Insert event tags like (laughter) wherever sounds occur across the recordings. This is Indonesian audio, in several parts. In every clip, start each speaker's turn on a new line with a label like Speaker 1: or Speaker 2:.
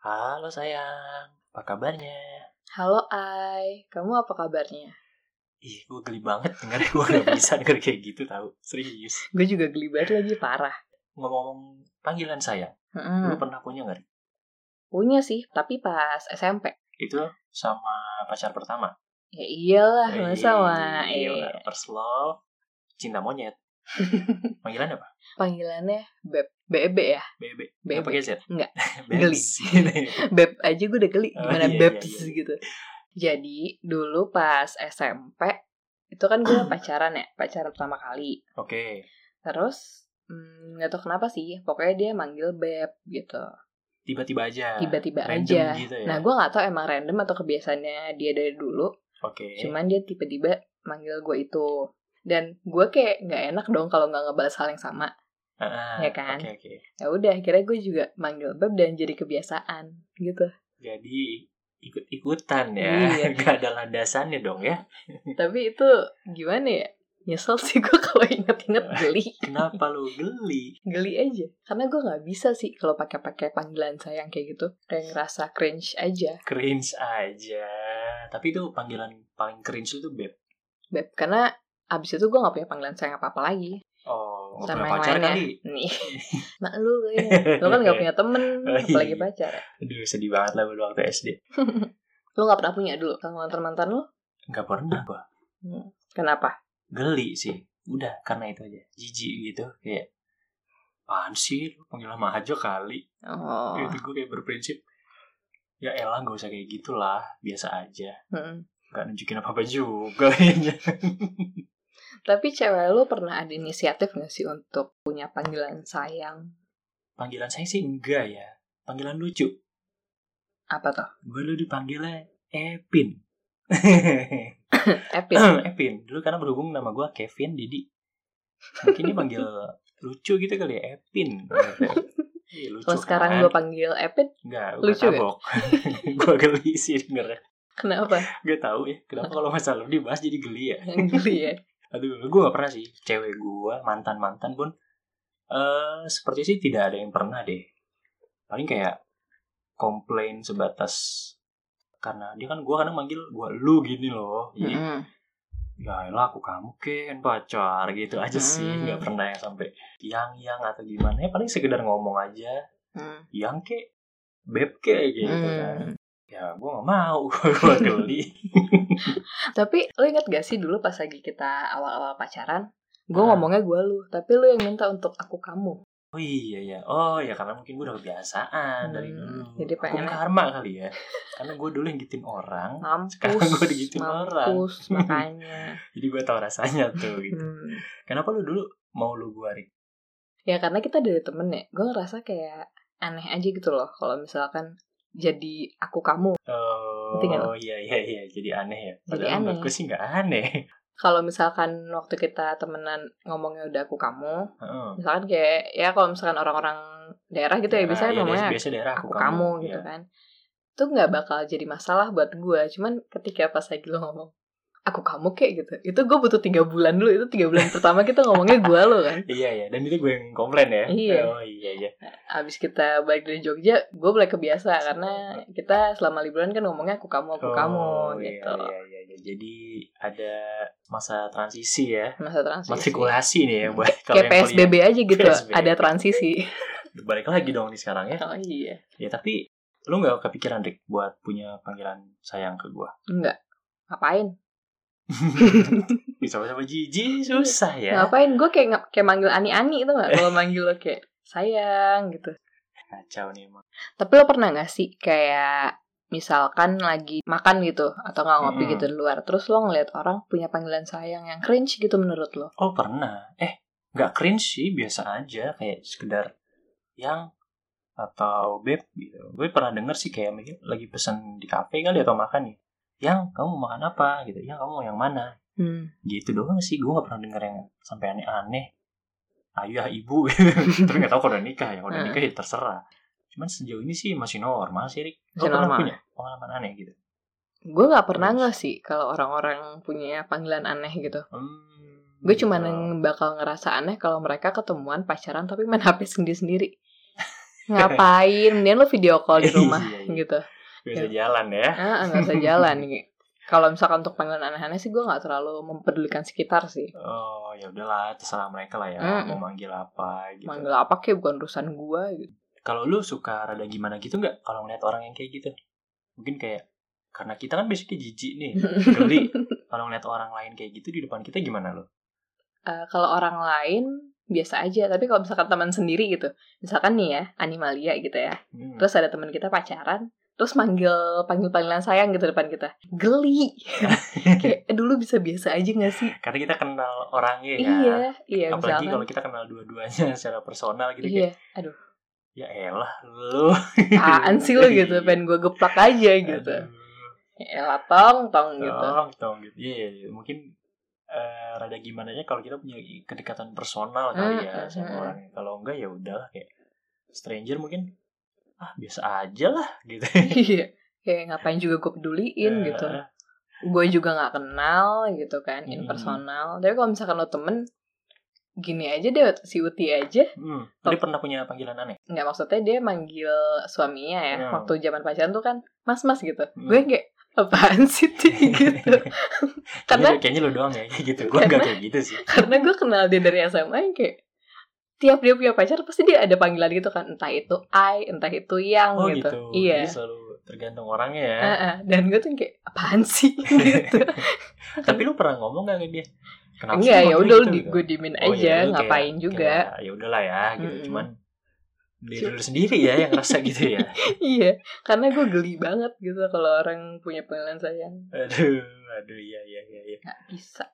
Speaker 1: Halo sayang, apa kabarnya?
Speaker 2: Halo Ai, kamu apa kabarnya?
Speaker 1: Ih, gue geli banget (laughs) dengar gue gak bisa denger kayak gitu tahu. Serius.
Speaker 2: Gue juga geli banget lagi parah.
Speaker 1: Ngomong-ngomong panggilan sayang, lu
Speaker 2: Mm-mm.
Speaker 1: pernah punya gak? Ri?
Speaker 2: Punya sih, tapi pas SMP.
Speaker 1: Itu sama pacar pertama.
Speaker 2: Ya iyalah, masa wah. iya.
Speaker 1: Eh, gila. First love, cinta monyet.
Speaker 2: (laughs)
Speaker 1: Panggilan apa?
Speaker 2: Panggilannya Beb. Bebe ya? (laughs)
Speaker 1: Bebe.
Speaker 2: Bebe.
Speaker 1: Gak pakai Z? (laughs)
Speaker 2: Enggak.
Speaker 1: Babes.
Speaker 2: (laughs) Beb aja gue udah geli.
Speaker 1: Oh,
Speaker 2: Gimana
Speaker 1: iya, iya,
Speaker 2: Bebs
Speaker 1: iya.
Speaker 2: gitu. Jadi, dulu pas SMP, itu kan
Speaker 1: (clears throat)
Speaker 2: gue pacaran ya, pacaran pertama kali.
Speaker 1: Oke.
Speaker 2: Terus, hmm, nggak tau kenapa sih, pokoknya dia manggil Beb gitu.
Speaker 1: Tiba-tiba aja.
Speaker 2: Tiba-tiba
Speaker 1: Ah, Random
Speaker 2: aja.
Speaker 1: gitu ya.
Speaker 2: Nah, gue nggak tau emang random atau kebiasaannya dia dari dulu.
Speaker 1: Oke.
Speaker 2: cuman dia tiba-tiba manggil gue itu dan gue kayak nggak enak dong kalau nggak ngebales hal yang sama
Speaker 1: Ah,
Speaker 2: ya kan?
Speaker 1: Oke, oke.
Speaker 2: ya udah akhirnya gue juga manggil beb dan jadi kebiasaan gitu
Speaker 1: Jadi ikut-ikutan ya.
Speaker 2: Iya.
Speaker 1: (laughs) Gak ada landasannya dong ya.
Speaker 2: tapi itu gimana ya nyesel (laughs) sih gue kalau
Speaker 1: (laughs)
Speaker 2: inget-inget geli
Speaker 1: Kenapa lu geli?
Speaker 2: geli aja karena gue nggak bisa sih kalau pakai-pakai panggilan sayang kayak gitu kayak ngerasa cringe aja
Speaker 1: cringe aja. Tapi itu panggilan paling cringe itu beb.
Speaker 2: beb karena abis itu gue nggak punya panggilan sayang apa apa lagi
Speaker 1: Oh, nggak
Speaker 2: sama
Speaker 1: pernah
Speaker 2: yang
Speaker 1: pacar
Speaker 2: lain
Speaker 1: kali.
Speaker 2: ya
Speaker 1: (laughs)
Speaker 2: nih mak lu kayaknya lu kan nggak punya temen
Speaker 1: Oh, iya.
Speaker 2: apalagi pacar ya.
Speaker 1: Aduh, sedih banget lah dulu waktu SD.
Speaker 2: lu nggak pernah punya dulu sama mantan mantan lu
Speaker 1: Nggak pernah gua.
Speaker 2: kenapa
Speaker 1: Geli sih. Udah, karena itu aja. Jijik gitu. Kayak, apaan sih? Lu panggil nama aja kali.
Speaker 2: Oh.
Speaker 1: Itu gue kayak berprinsip. Ya elah, gak usah kayak gitulah. Biasa aja.
Speaker 2: Mm-mm.
Speaker 1: Gak nunjukin apa-apa juga (laughs) kayaknya.
Speaker 2: Tapi cewek lu pernah ada inisiatif gak sih untuk punya panggilan sayang?
Speaker 1: Panggilan saya sih enggak ya. Panggilan lucu.
Speaker 2: Apa tuh?
Speaker 1: Gue dulu dipanggilnya Epin. (laughs)
Speaker 2: Epic.
Speaker 1: (clears throat) Epin dulu karena berhubung nama gue Kevin Didi mungkin dia panggil lucu gitu kali ya
Speaker 2: (laughs)
Speaker 1: Epin Iya, lucu
Speaker 2: Kalau Oh, sekarang gue panggil Epic,
Speaker 1: nggak
Speaker 2: lucu
Speaker 1: lucu
Speaker 2: ya?
Speaker 1: tabok (laughs) gue geli sih dengernya (laughs)
Speaker 2: kenapa?
Speaker 1: gak tau ya kenapa kalau masalah lu dibahas jadi geli
Speaker 2: (laughs)
Speaker 1: ya
Speaker 2: Yang geli ya?
Speaker 1: aduh gue gak pernah sih cewek gue mantan mantan pun eh seperti sih tidak ada yang pernah deh paling kayak komplain sebatas karena dia kan gue kadang manggil gue lu gini loh jadi
Speaker 2: Mm-mm.
Speaker 1: ya elah aku kamu kan pacar gitu aja sih
Speaker 2: Hmm.
Speaker 1: nggak pernah yang sampai yang yang atau gimana ya paling sekedar ngomong aja
Speaker 2: Mm.
Speaker 1: yang ke beb ke gitu kan
Speaker 2: Mm.
Speaker 1: ya gue gak mau (laughs) gue geli
Speaker 2: Tapi lu inget gak sih dulu pas lagi kita awal-awal pacaran? Gue
Speaker 1: Ah.
Speaker 2: ngomongnya gue lu, tapi lu yang minta untuk aku kamu.
Speaker 1: oh iya ya oh ya karena mungkin gue udah kebiasaan dari
Speaker 2: Hmm,
Speaker 1: dulu
Speaker 2: jadi
Speaker 1: aku
Speaker 2: pengennya- Oh.
Speaker 1: karma kali ya karena gue dulu yang gituin orang
Speaker 2: Mampus,
Speaker 1: Sekarang gua digituin
Speaker 2: mampus,
Speaker 1: (laughs)
Speaker 2: makanya.
Speaker 1: jadi gue tau rasanya tuh gitu
Speaker 2: Hmm.
Speaker 1: kenapa lu dulu mau lu gue Rik?
Speaker 2: Ya karena kita dari temen ya, gue ngerasa kayak aneh aja gitu loh kalau misalkan jadi aku kamu
Speaker 1: oh
Speaker 2: Ngerti nggak lu?
Speaker 1: iya iya iya jadi aneh ya
Speaker 2: Jadi
Speaker 1: padahal menurut
Speaker 2: aneh.
Speaker 1: gue sih nggak aneh
Speaker 2: kalau misalkan waktu kita temenan ngomongnya udah aku kamu,
Speaker 1: Heeh.
Speaker 2: misalkan kayak ya kalau misalkan orang-orang daerah gitu
Speaker 1: Daerah,
Speaker 2: ya, biasanya
Speaker 1: iya,
Speaker 2: ngomongnya
Speaker 1: biasa daerah
Speaker 2: aku, kamu, gitu
Speaker 1: Iya.
Speaker 2: kan. Itu nggak bakal jadi masalah buat gue, cuman ketika pas lagi lo ngomong aku kamu kayak gitu, itu gue butuh tiga bulan dulu, itu tiga bulan pertama kita ngomongnya gue lo kan.
Speaker 1: Iya ya, dan itu gue yang komplain ya.
Speaker 2: Iya.
Speaker 1: Oh iya iya.
Speaker 2: Abis kita balik dari Jogja, gue mulai kebiasa karena kita selama liburan kan ngomongnya aku kamu, aku
Speaker 1: Oh,
Speaker 2: kamu
Speaker 1: iya,
Speaker 2: gitu.
Speaker 1: Iya iya iya. Jadi ada masa transisi ya.
Speaker 2: Masa transisi. Hmm.
Speaker 1: Matrikulasi nih ya buat kalau
Speaker 2: Kayak
Speaker 1: yang kuliah.
Speaker 2: PSBB aja gitu,
Speaker 1: PSBB.
Speaker 2: ada
Speaker 1: (laughs)
Speaker 2: transisi.
Speaker 1: Balik lagi dong nih sekarang ya.
Speaker 2: Oh iya.
Speaker 1: Ya tapi lu nggak kepikiran Rick buat punya panggilan sayang ke gue.
Speaker 2: Enggak. Ngapain?
Speaker 1: Bisa sama Jiji susah ya.
Speaker 2: Ngapain? Gue kayak nge- kayak manggil ani-ani itu nggak?
Speaker 1: (laughs)
Speaker 2: Kalau manggil lo kayak sayang gitu.
Speaker 1: Kacau nih emang.
Speaker 2: Tapi lo pernah nggak sih kayak misalkan lagi makan gitu atau nggak ngopi
Speaker 1: Mm-mm.
Speaker 2: gitu di luar, terus lo ngeliat orang punya panggilan sayang yang cringe gitu menurut lo?
Speaker 1: Oh pernah. Eh nggak cringe sih biasa aja kayak sekedar yang atau beb gitu. Gue pernah denger sih kayak mungkin lagi pesan di kafe kali atau makan ya. Yang kamu mau makan apa gitu. Yang kamu mau yang mana.
Speaker 2: Hmm.
Speaker 1: gitu doang sih gue gak pernah denger yang sampai aneh-aneh ayah ibu (laughs) gitu tapi gak tau kalau udah nikah ya kalau udah
Speaker 2: Hmm.
Speaker 1: nikah ya terserah cuman sejauh ini sih masih normal sih Rik Lo
Speaker 2: Masih
Speaker 1: pernah
Speaker 2: normal.
Speaker 1: punya pengalaman aneh gitu
Speaker 2: Gue nggak pernah nggak sih kalau orang-orang punya panggilan aneh gitu.
Speaker 1: hmm,
Speaker 2: Gue cuman
Speaker 1: gitu. (laughs)
Speaker 2: bakal ngerasa aneh kalau mereka ketemuan pacaran tapi main HP sendiri-sendiri. ngapain mendingan lo video call di rumah
Speaker 1: Iya, iya.
Speaker 2: gitu
Speaker 1: bisa jalan ya
Speaker 2: ah nggak usah jalan gitu. kalau misalkan untuk panggilan aneh-aneh sih gue nggak terlalu mempedulikan sekitar sih
Speaker 1: oh ya udahlah terserah mereka lah ya
Speaker 2: Mm-mm.
Speaker 1: mau manggil apa gitu
Speaker 2: manggil apa kek bukan urusan gue gitu
Speaker 1: kalau lu suka rada gimana gitu nggak kalau ngeliat orang yang kayak gitu mungkin kayak karena kita kan basically jijik
Speaker 2: (laughs)
Speaker 1: nih geli kalau ngeliat orang lain kayak gitu di depan kita gimana lo
Speaker 2: Eh, kalau orang lain biasa aja tapi kalau misalkan teman sendiri gitu misalkan nih ya animalia gitu ya
Speaker 1: Hmm.
Speaker 2: terus ada teman kita pacaran terus manggil panggil panggilan sayang gitu depan kita
Speaker 1: (laughs)
Speaker 2: geli kayak "Eh, dulu bisa biasa aja gak sih
Speaker 1: karena kita kenal orangnya ya
Speaker 2: iya iya
Speaker 1: apalagi
Speaker 2: misalkan
Speaker 1: kalau kita kenal dua-duanya (laughs) secara personal gitu kayak
Speaker 2: iya aduh
Speaker 1: ya elah lu
Speaker 2: apaan sih lo gitu pengen gue geplak aja gitu
Speaker 1: Aduh,
Speaker 2: ya elah, tong tong gitu
Speaker 1: tolong tolong gitu iya iya, iya. mungkin eh, rada gimana nya kalau kita punya kedekatan personal kali ya
Speaker 2: Mm,
Speaker 1: sama
Speaker 2: mm,
Speaker 1: orang kalau enggak ya udahlah kayak stranger mungkin ah biasa aja lah gitu
Speaker 2: iya kayak ngapain juga gue
Speaker 1: (laughs)
Speaker 2: peduliin gitu
Speaker 1: Eh,
Speaker 2: gue juga nggak kenal gitu kan
Speaker 1: Mm.
Speaker 2: impersonal tapi kalau misalkan lo temen gini aja deh si Uti aja
Speaker 1: hmm. Tadi pernah punya panggilan aneh
Speaker 2: nggak maksudnya dia manggil suaminya ya
Speaker 1: Hmm.
Speaker 2: waktu zaman pacaran tuh kan mas mas gitu
Speaker 1: Hmm.
Speaker 2: gue kayak apaan sih
Speaker 1: (laughs)
Speaker 2: Ti?" (laughs) gitu
Speaker 1: kayaknya,
Speaker 2: Karena-
Speaker 1: kayaknya lu doang ya (laughs) kayak gitu gue enggak kayak gitu sih
Speaker 2: karena gue kenal dia dari SMA yang kayak tiap dia punya pacar pasti dia ada panggilan gitu kan entah itu I entah itu yang
Speaker 1: oh gitu,
Speaker 2: gitu. iya
Speaker 1: jadi
Speaker 2: Eh,
Speaker 1: selalu tergantung orangnya ya
Speaker 2: Heeh. dan gue tuh kayak apaan sih gitu
Speaker 1: (laughs) tapi lu pernah ngomong gak ke dia kenapa sih lu
Speaker 2: enggak ya
Speaker 1: manggilnya
Speaker 2: udah lu
Speaker 1: gitu,
Speaker 2: di,
Speaker 1: gitu?
Speaker 2: gue diemin
Speaker 1: Oh,
Speaker 2: aja
Speaker 1: iya, lu kayak-
Speaker 2: ngapain juga
Speaker 1: Kayak, ya udahlah ya gitu
Speaker 2: Mm-mm.
Speaker 1: cuman diri lu sendiri ya yang ngerasa gitu
Speaker 2: (laughs)
Speaker 1: ya
Speaker 2: iya karena gue geli banget gitu kalau orang punya panggilan sayang
Speaker 1: aduh aduh iya iya iya iya.
Speaker 2: nggak bisa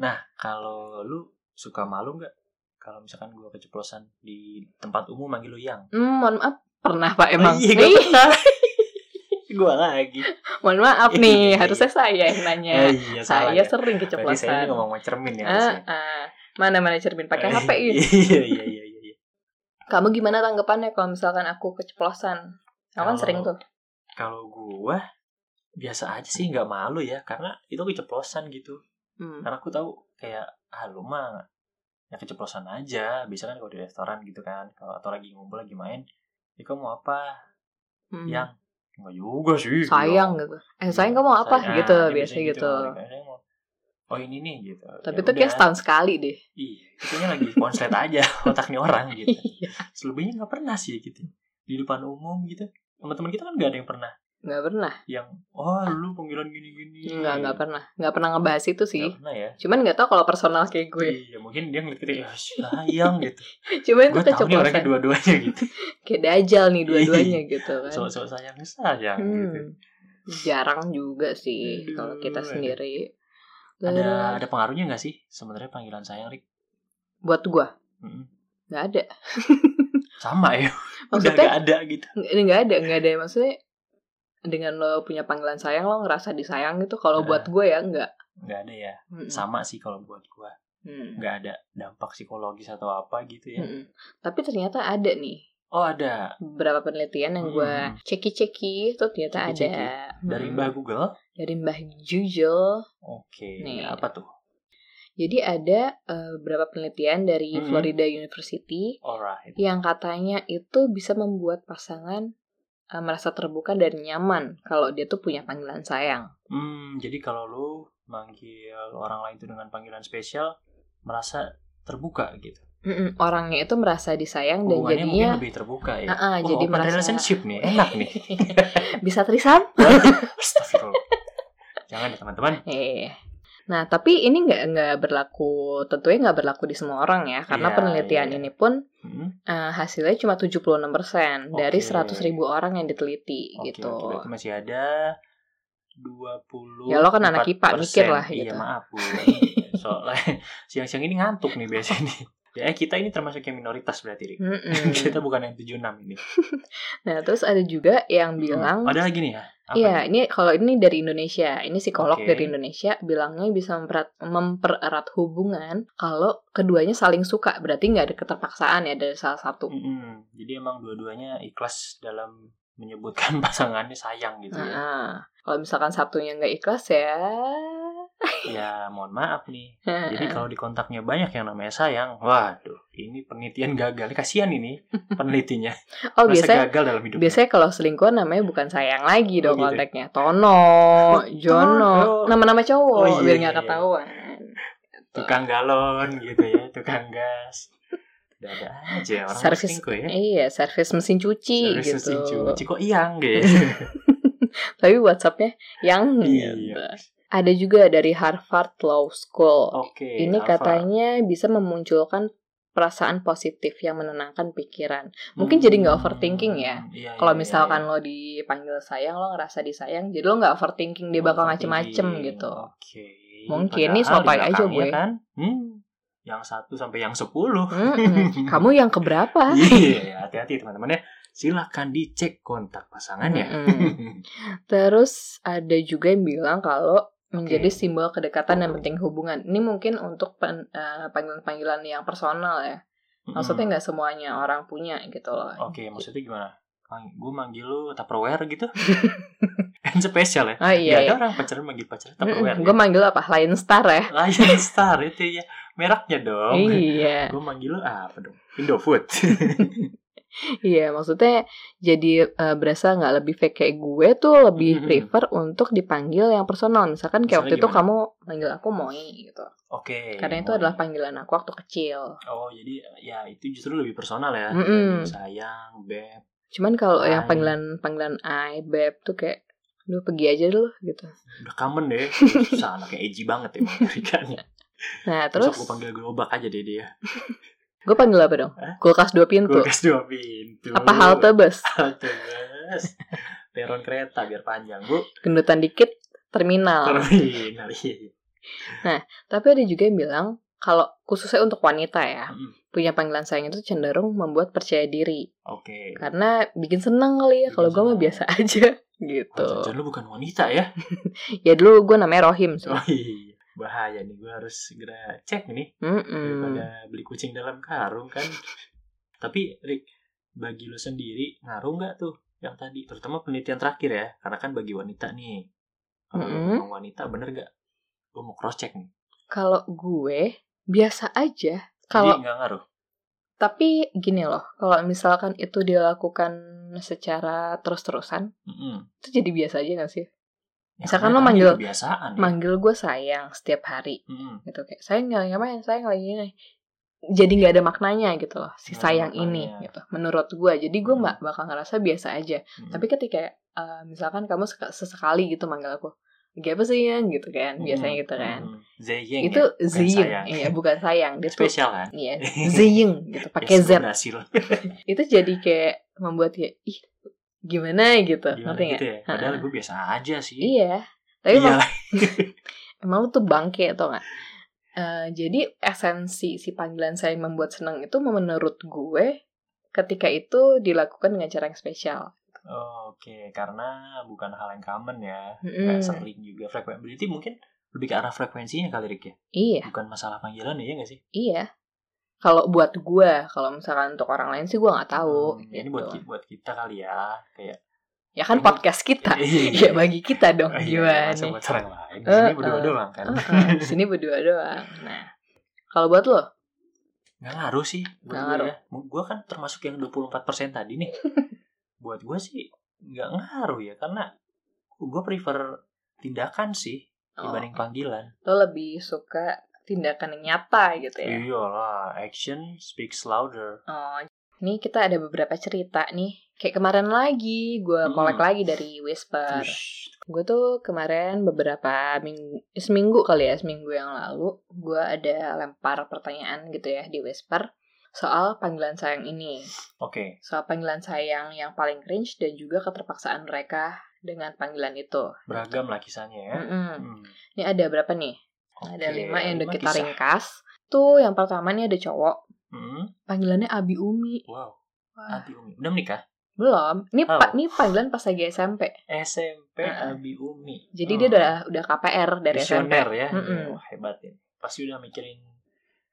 Speaker 1: nah kalau lu suka malu nggak kalau misalkan gua keceplosan di tempat umum manggil lu yang
Speaker 2: hmm, mohon maaf pernah pak emang
Speaker 1: iya, gua
Speaker 2: Ih,
Speaker 1: pernah. (laughs) gua lagi
Speaker 2: mohon maaf
Speaker 1: Iya, iya,
Speaker 2: nih
Speaker 1: iya.
Speaker 2: harusnya saya yang nanya
Speaker 1: Eh, iya salah
Speaker 2: saya
Speaker 1: ya.
Speaker 2: sering
Speaker 1: Tadi saya ini
Speaker 2: keceplosan
Speaker 1: ngomong sama cermin ya
Speaker 2: ah, ah. mana mana cermin pakai gitu. hp
Speaker 1: ini (laughs)
Speaker 2: ini
Speaker 1: iya iya iya iya iya.
Speaker 2: kamu gimana tanggapannya kalau misalkan aku keceplosan kamu kan
Speaker 1: Kalau-
Speaker 2: sering tuh
Speaker 1: kalau gua biasa aja sih nggak malu ya karena itu keceplosan gitu
Speaker 2: hmm.
Speaker 1: karena aku tahu kayak ah lu mah ya keceplosan aja biasanya kan kalau di restoran gitu kan kalau atau lagi ngumpul lagi main ya kamu mau apa
Speaker 2: hmm.
Speaker 1: yang nggak Iya. juga sih iya.
Speaker 2: sayang gitu eh sayang kamu apa
Speaker 1: Sayang,
Speaker 2: gitu
Speaker 1: ya
Speaker 2: biasanya gitu,
Speaker 1: Biasanya mau, oh ini nih gitu
Speaker 2: tapi
Speaker 1: Ya
Speaker 2: tuh kayak
Speaker 1: udah.
Speaker 2: setahun sekali deh (laughs)
Speaker 1: iya itunya lagi konslet aja (laughs) otaknya orang gitu
Speaker 2: Iya.
Speaker 1: selebihnya nggak pernah sih gitu di depan umum gitu teman-teman kita kan nggak ada yang pernah
Speaker 2: nggak pernah
Speaker 1: yang oh lu panggilan gini-gini
Speaker 2: nggak nggak pernah nggak pernah ngebahas itu sih
Speaker 1: Nggak pernah ya
Speaker 2: cuman nggak tahu kalau personal kayak gue
Speaker 1: iya mungkin dia ngeliat kita "Ah, sayang
Speaker 2: (laughs)
Speaker 1: gitu
Speaker 2: cuman itu
Speaker 1: gue tau nih orangnya
Speaker 2: keceplosan
Speaker 1: dua-duanya gitu
Speaker 2: kayak dajal nih dua-duanya gitu kan.
Speaker 1: Sosok sayang sayang gitu.
Speaker 2: Hmm. Jarang juga sih
Speaker 1: Aduh,
Speaker 2: kalau kita
Speaker 1: aduh.
Speaker 2: sendiri. Eh,
Speaker 1: Ada ada pengaruhnya nggak sih sebenarnya panggilan sayang Rick?
Speaker 2: buat gua
Speaker 1: Mm-mm.
Speaker 2: nggak ada.
Speaker 1: Sama ya. (laughs) Udah
Speaker 2: Maksudnya
Speaker 1: nggak ada gitu.
Speaker 2: nggak nggak ada nggak ada maksudnya dengan lo punya panggilan sayang lo ngerasa disayang gitu
Speaker 1: Eh.
Speaker 2: kalau buat gue ya nggak. Hmm.
Speaker 1: Nggak ada ya.
Speaker 2: Mm-mm.
Speaker 1: Sama sih kalau buat gua.
Speaker 2: Mm.
Speaker 1: Nggak ada dampak psikologis atau apa gitu ya.
Speaker 2: Mm-mm. Hmm. Tapi ternyata ada nih
Speaker 1: Oh ada
Speaker 2: beberapa penelitian yang gue
Speaker 1: Mm.
Speaker 2: ceki-ceki itu ternyata
Speaker 1: Ceki-ceki.
Speaker 2: ada
Speaker 1: dari
Speaker 2: Mm.
Speaker 1: Mbah Google.
Speaker 2: dari Mbah Jujel
Speaker 1: Oke.
Speaker 2: Nih.
Speaker 1: Apa tuh?
Speaker 2: Jadi ada eh, beberapa penelitian dari
Speaker 1: Mm-mm.
Speaker 2: Florida University
Speaker 1: Alright.
Speaker 2: yang katanya itu bisa membuat pasangan eh, merasa terbuka dan nyaman kalau dia tuh punya panggilan sayang.
Speaker 1: Hmm, jadi kalau lu manggil orang lain itu dengan panggilan spesial merasa terbuka gitu.
Speaker 2: Mm-mm, orangnya itu merasa disayang dan
Speaker 1: Hubungannya
Speaker 2: jadinya
Speaker 1: mungkin lebih terbuka ya.
Speaker 2: Ah, ah,
Speaker 1: Wah,
Speaker 2: jadi
Speaker 1: open
Speaker 2: merasa- (laughs)
Speaker 1: relationship nih, enak nih.
Speaker 2: bisa terisam.
Speaker 1: Astagfirullah. Jangan ya teman-teman.
Speaker 2: Eh. Nah, tapi ini nggak nggak berlaku, tentunya nggak berlaku di semua orang ya, karena
Speaker 1: Iya,
Speaker 2: penelitian
Speaker 1: iya.
Speaker 2: ini pun
Speaker 1: Hmm.
Speaker 2: eh, hasilnya cuma 76% dari
Speaker 1: Oke.
Speaker 2: 100.000 ribu orang yang diteliti
Speaker 1: Oke,
Speaker 2: gitu.
Speaker 1: oke, berarti masih ada 20
Speaker 2: Ya, lo kan anak IPA, mikir lah
Speaker 1: Iya
Speaker 2: gitu.
Speaker 1: maaf bu (laughs) Soalnya siang-siang ini ngantuk nih biasanya (laughs) nih. Ya kita ini termasuk yang minoritas berarti Rik. (laughs)
Speaker 2: Mm-mm.
Speaker 1: kita bukan yang 76 ini
Speaker 2: Nah, terus ada juga yang bilang
Speaker 1: Ada lagi nih ya Apa
Speaker 2: Iya,
Speaker 1: nih?
Speaker 2: ini kalau ini dari Indonesia, ini psikolog
Speaker 1: Oke.
Speaker 2: dari Indonesia bilangnya bisa memperat- mempererat hubungan kalau keduanya saling suka, berarti nggak ada keterpaksaan ya dari salah satu.
Speaker 1: Mm-mm. Jadi emang dua-duanya ikhlas dalam (laughs) menyebutkan pasangannya sayang gitu ya
Speaker 2: Nah, kalau misalkan satunya nggak ikhlas ya
Speaker 1: ya mohon maaf nih jadi
Speaker 2: Heeh.
Speaker 1: kalau di kontaknya banyak yang namanya sayang waduh ini penelitian gagal Ini kasihan
Speaker 2: (laughs)
Speaker 1: ini penelitinya
Speaker 2: (laughs) oh
Speaker 1: Merasa
Speaker 2: biasanya
Speaker 1: gagal dalam hidup
Speaker 2: biasanya kalau selingkuh namanya bukan sayang lagi
Speaker 1: Gitu. Oh,
Speaker 2: dong
Speaker 1: gitu.
Speaker 2: kontaknya Tono Jono
Speaker 1: Tono.
Speaker 2: nama-nama cowok
Speaker 1: Oh, iya,
Speaker 2: biar
Speaker 1: iya,
Speaker 2: nggak
Speaker 1: iya.
Speaker 2: ketahuan
Speaker 1: tukang
Speaker 2: Nah.
Speaker 1: galon gitu ya tukang gas udah ada aja orang
Speaker 2: Service-
Speaker 1: selingkuh ya
Speaker 2: iya servis mesin cuci
Speaker 1: Service
Speaker 2: gitu
Speaker 1: mesin cuci kok iyang gitu
Speaker 2: (laughs) tapi WhatsAppnya yang
Speaker 1: Iya.
Speaker 2: gitu. ada juga dari Harvard Law School
Speaker 1: oke
Speaker 2: Ini
Speaker 1: Alfa.
Speaker 2: katanya bisa memunculkan perasaan positif yang menenangkan pikiran. Mungkin jadi nggak
Speaker 1: Hmm,
Speaker 2: overthinking ya.
Speaker 1: iya, iya,
Speaker 2: Kalau
Speaker 1: iya,
Speaker 2: misalkan
Speaker 1: iya.
Speaker 2: lo dipanggil sayang, lo ngerasa disayang, jadi lo nggak overthinking dia
Speaker 1: Oh,
Speaker 2: bakal
Speaker 1: Overthinking,
Speaker 2: macem-macem gitu.
Speaker 1: Oke.
Speaker 2: Mungkin nih
Speaker 1: Padahal di
Speaker 2: sotoy aja
Speaker 1: belakangnya
Speaker 2: gue.
Speaker 1: kan, hmm, yang satu sampai yang sepuluh.
Speaker 2: Mm-mm. Kamu yang keberapa?
Speaker 1: Iya, hati-hati teman-teman ya. Silahkan dicek kontak pasangannya.
Speaker 2: Mm-mm.
Speaker 1: (laughs)
Speaker 2: Terus ada juga yang bilang kalau menjadi simbol kedekatan dan penting hubungan. Ini mungkin untuk pen- eh, panggilan-panggilan yang personal ya. Maksudnya nggak semuanya orang punya gitu loh.
Speaker 1: Hmm. Oke, maksudnya gimana? Mang- gue manggil lu Tupperware
Speaker 2: (laughs)
Speaker 1: gitu. kan spesial ya.
Speaker 2: Oh
Speaker 1: Iya,
Speaker 2: iya.
Speaker 1: ada
Speaker 2: iya.
Speaker 1: orang pacaran manggil pacaran Tupperware.
Speaker 2: Gue manggil apa? Lion Star ya?
Speaker 1: ya. Lion Star itu ya. Mereknya dong.
Speaker 2: Iya.
Speaker 1: Gue manggil lu apa dong?
Speaker 2: (laughs)
Speaker 1: Indofood.
Speaker 2: Iya, maksudnya jadi eh, berasa nggak lebih fake kayak gue tuh lebih
Speaker 1: Mm-mm.
Speaker 2: prefer untuk dipanggil yang personal. Misalkan kayak waktu
Speaker 1: Misalnya gimana?
Speaker 2: itu kamu panggil aku Moi gitu.
Speaker 1: Oke.
Speaker 2: Karena itu
Speaker 1: mau-
Speaker 2: adalah panggilan aku waktu kecil.
Speaker 1: Oh, jadi ya itu justru lebih personal ya.
Speaker 2: Mm-mm.
Speaker 1: Sayang, beb.
Speaker 2: Cuman kalau yang
Speaker 1: Ai.
Speaker 2: panggilan panggilan I, Beb tuh kayak lu pergi aja dulu gitu.
Speaker 1: Udah common deh. Susah anaknya edgy banget ya
Speaker 2: (laughs)
Speaker 1: mengerikannya.
Speaker 2: Nah,
Speaker 1: Terus
Speaker 2: terus
Speaker 1: gue panggil gerobak aja deh dia.
Speaker 2: gue panggil apa dong?
Speaker 1: Hah?
Speaker 2: Kulkas dua pintu.
Speaker 1: Kulkas dua pintu.
Speaker 2: Apa halte bus?
Speaker 1: Halte bus. Peron kereta biar panjang, Bu.
Speaker 2: Gendutan dikit terminal.
Speaker 1: Terminal. (laughs) iya, iya.
Speaker 2: Tapi ada juga yang bilang kalau khususnya untuk wanita ya,
Speaker 1: Mm.
Speaker 2: punya panggilan sayang itu cenderung membuat percaya diri.
Speaker 1: Oke.
Speaker 2: karena bikin seneng kali ya
Speaker 1: Bikin
Speaker 2: kalau gue mah
Speaker 1: seneng.
Speaker 2: biasa (laughs) aja gitu
Speaker 1: Oh, Jangan lu bukan wanita ya.
Speaker 2: ya dulu gue namanya Rohim sih
Speaker 1: Oh iya. Bahaya nih, gue harus segera cek nih.
Speaker 2: Mm-mm.
Speaker 1: Daripada beli kucing dalam karung kan. (laughs) Tapi, Rick, bagi lu sendiri, ngaruh nggak tuh yang tadi? Terutama penelitian terakhir ya. Karena kan bagi wanita nih. Kalau lu
Speaker 2: Mm-mm.
Speaker 1: ngomong wanita, bener nggak? Gue mau cross-check nih.
Speaker 2: kalau gue biasa aja
Speaker 1: Jadi
Speaker 2: kalau
Speaker 1: nggak ngaruh.
Speaker 2: tapi gini loh kalau misalkan itu dilakukan secara terus-terusan
Speaker 1: Mm-mm.
Speaker 2: itu jadi biasa aja gak sih
Speaker 1: Hmm, Ya, karena
Speaker 2: Misalkan lu
Speaker 1: tadi
Speaker 2: manggil-
Speaker 1: kebiasaan ya. Hmm,
Speaker 2: manggil gue sayang setiap hari
Speaker 1: Mm-mm.
Speaker 2: gitu kayak sayang nggak ngapain sayang lagi nih jadi nggak ada maknanya gitu loh
Speaker 1: Nggak
Speaker 2: si
Speaker 1: ada
Speaker 2: sayang ini
Speaker 1: maknanya.
Speaker 2: gitu menurut gue jadi gue
Speaker 1: Mm.
Speaker 2: mbak bakal ngerasa biasa aja
Speaker 1: Mm-mm.
Speaker 2: Tapi ketika eh, misalkan kamu sek- sesekali gitu manggil aku, "Gak apa sih yang?" gitu kan,
Speaker 1: Hmm,
Speaker 2: biasanya gitu kan.
Speaker 1: Mm-mm. Zeyeng
Speaker 2: Itu
Speaker 1: ya, bukan
Speaker 2: ziyeng,
Speaker 1: sayang.
Speaker 2: iya bukan sayang, dia tuh
Speaker 1: (laughs) spesial Iya, kan? (laughs) Ya,
Speaker 2: iya ziyeng gitu, pakai
Speaker 1: Yes,
Speaker 2: z.
Speaker 1: gua berhasil.
Speaker 2: Itu jadi
Speaker 1: Nah.
Speaker 2: kayak membuat ya, ih gimana gitu,
Speaker 1: Gimana
Speaker 2: ngerti nggak?
Speaker 1: gitu ya? Padahal gue biasa aja sih. (laughs)
Speaker 2: Iya, tapi
Speaker 1: Iya.
Speaker 2: emang, emang lu tuh bangke atau nggak? Eh, jadi esensi si panggilan saya yang membuat senang itu menurut gue ketika itu dilakukan dengan cara yang spesial.
Speaker 1: Oh, Oke, karena bukan hal yang common ya.
Speaker 2: Mm-mm.
Speaker 1: Nggak sering juga frekuensi. Berarti mungkin lebih ke arah frekuensinya kali Rick ya?
Speaker 2: Iya.
Speaker 1: Bukan masalah panggilan ya nggak sih?
Speaker 2: Iya. Kalau buat gue, kalau misalkan untuk orang lain sih gue nggak tahu.
Speaker 1: Hmm,
Speaker 2: gitu.
Speaker 1: Ini buat, ki- buat kita kali ya. Kayak,
Speaker 2: Ya kan
Speaker 1: ini-
Speaker 2: podcast kita.
Speaker 1: (laughs) Iya.
Speaker 2: ya bagi kita dong.
Speaker 1: Oh,
Speaker 2: Gimana
Speaker 1: masa
Speaker 2: nih?
Speaker 1: buat orang lain. Di sini
Speaker 2: Eh,
Speaker 1: berdua
Speaker 2: eh.
Speaker 1: doang kan.
Speaker 2: Heeh, di sini berdua doang. Nah, kalau buat lo,
Speaker 1: Nggak ngaruh sih buat
Speaker 2: Nggak
Speaker 1: gue
Speaker 2: ngaruh.
Speaker 1: ya. Gue kan termasuk yang 24% tadi
Speaker 2: (laughs)
Speaker 1: nih. buat gue sih nggak ngaruh ya. Karena gue prefer tindakan sih
Speaker 2: oh,
Speaker 1: dibanding panggilan.
Speaker 2: lo lebih suka tindakan yang nyata gitu
Speaker 1: Iya.
Speaker 2: ya.
Speaker 1: Iyalah, action speaks louder.
Speaker 2: Oh, ini kita ada beberapa cerita nih. Kayak kemarin lagi, gue
Speaker 1: Mm-mm.
Speaker 2: kolek lagi dari Whisper.
Speaker 1: Ush.
Speaker 2: Gue tuh kemarin beberapa minggu, seminggu kali ya, seminggu yang lalu, gue ada lempar pertanyaan gitu ya di Whisper soal panggilan sayang ini.
Speaker 1: Oke,
Speaker 2: Soal panggilan sayang yang paling cringe dan juga keterpaksaan mereka dengan panggilan itu.
Speaker 1: beragam lah kisahnya ya.
Speaker 2: Mm-mm.
Speaker 1: Hmm.
Speaker 2: Ini ada berapa nih? Ada
Speaker 1: Oke,
Speaker 2: lima yang udah
Speaker 1: lima
Speaker 2: kita
Speaker 1: kisah.
Speaker 2: ringkas. Tuh yang pertama nih ada cowok,
Speaker 1: Hmm,
Speaker 2: panggilannya Abi Umi.
Speaker 1: Wow,
Speaker 2: Wah,
Speaker 1: Abi Umi. Udah menikah?
Speaker 2: belum. Ini, pa-
Speaker 1: Oh.
Speaker 2: ini panggilan pas lagi SMP.
Speaker 1: SMP
Speaker 2: Mm-mm.
Speaker 1: Abi Umi.
Speaker 2: Jadi
Speaker 1: Hmm.
Speaker 2: dia udah udah KPR dari SMP.
Speaker 1: Visioner ya.
Speaker 2: Mm-mm.
Speaker 1: Wah, hebat ya. Pasti udah mikirin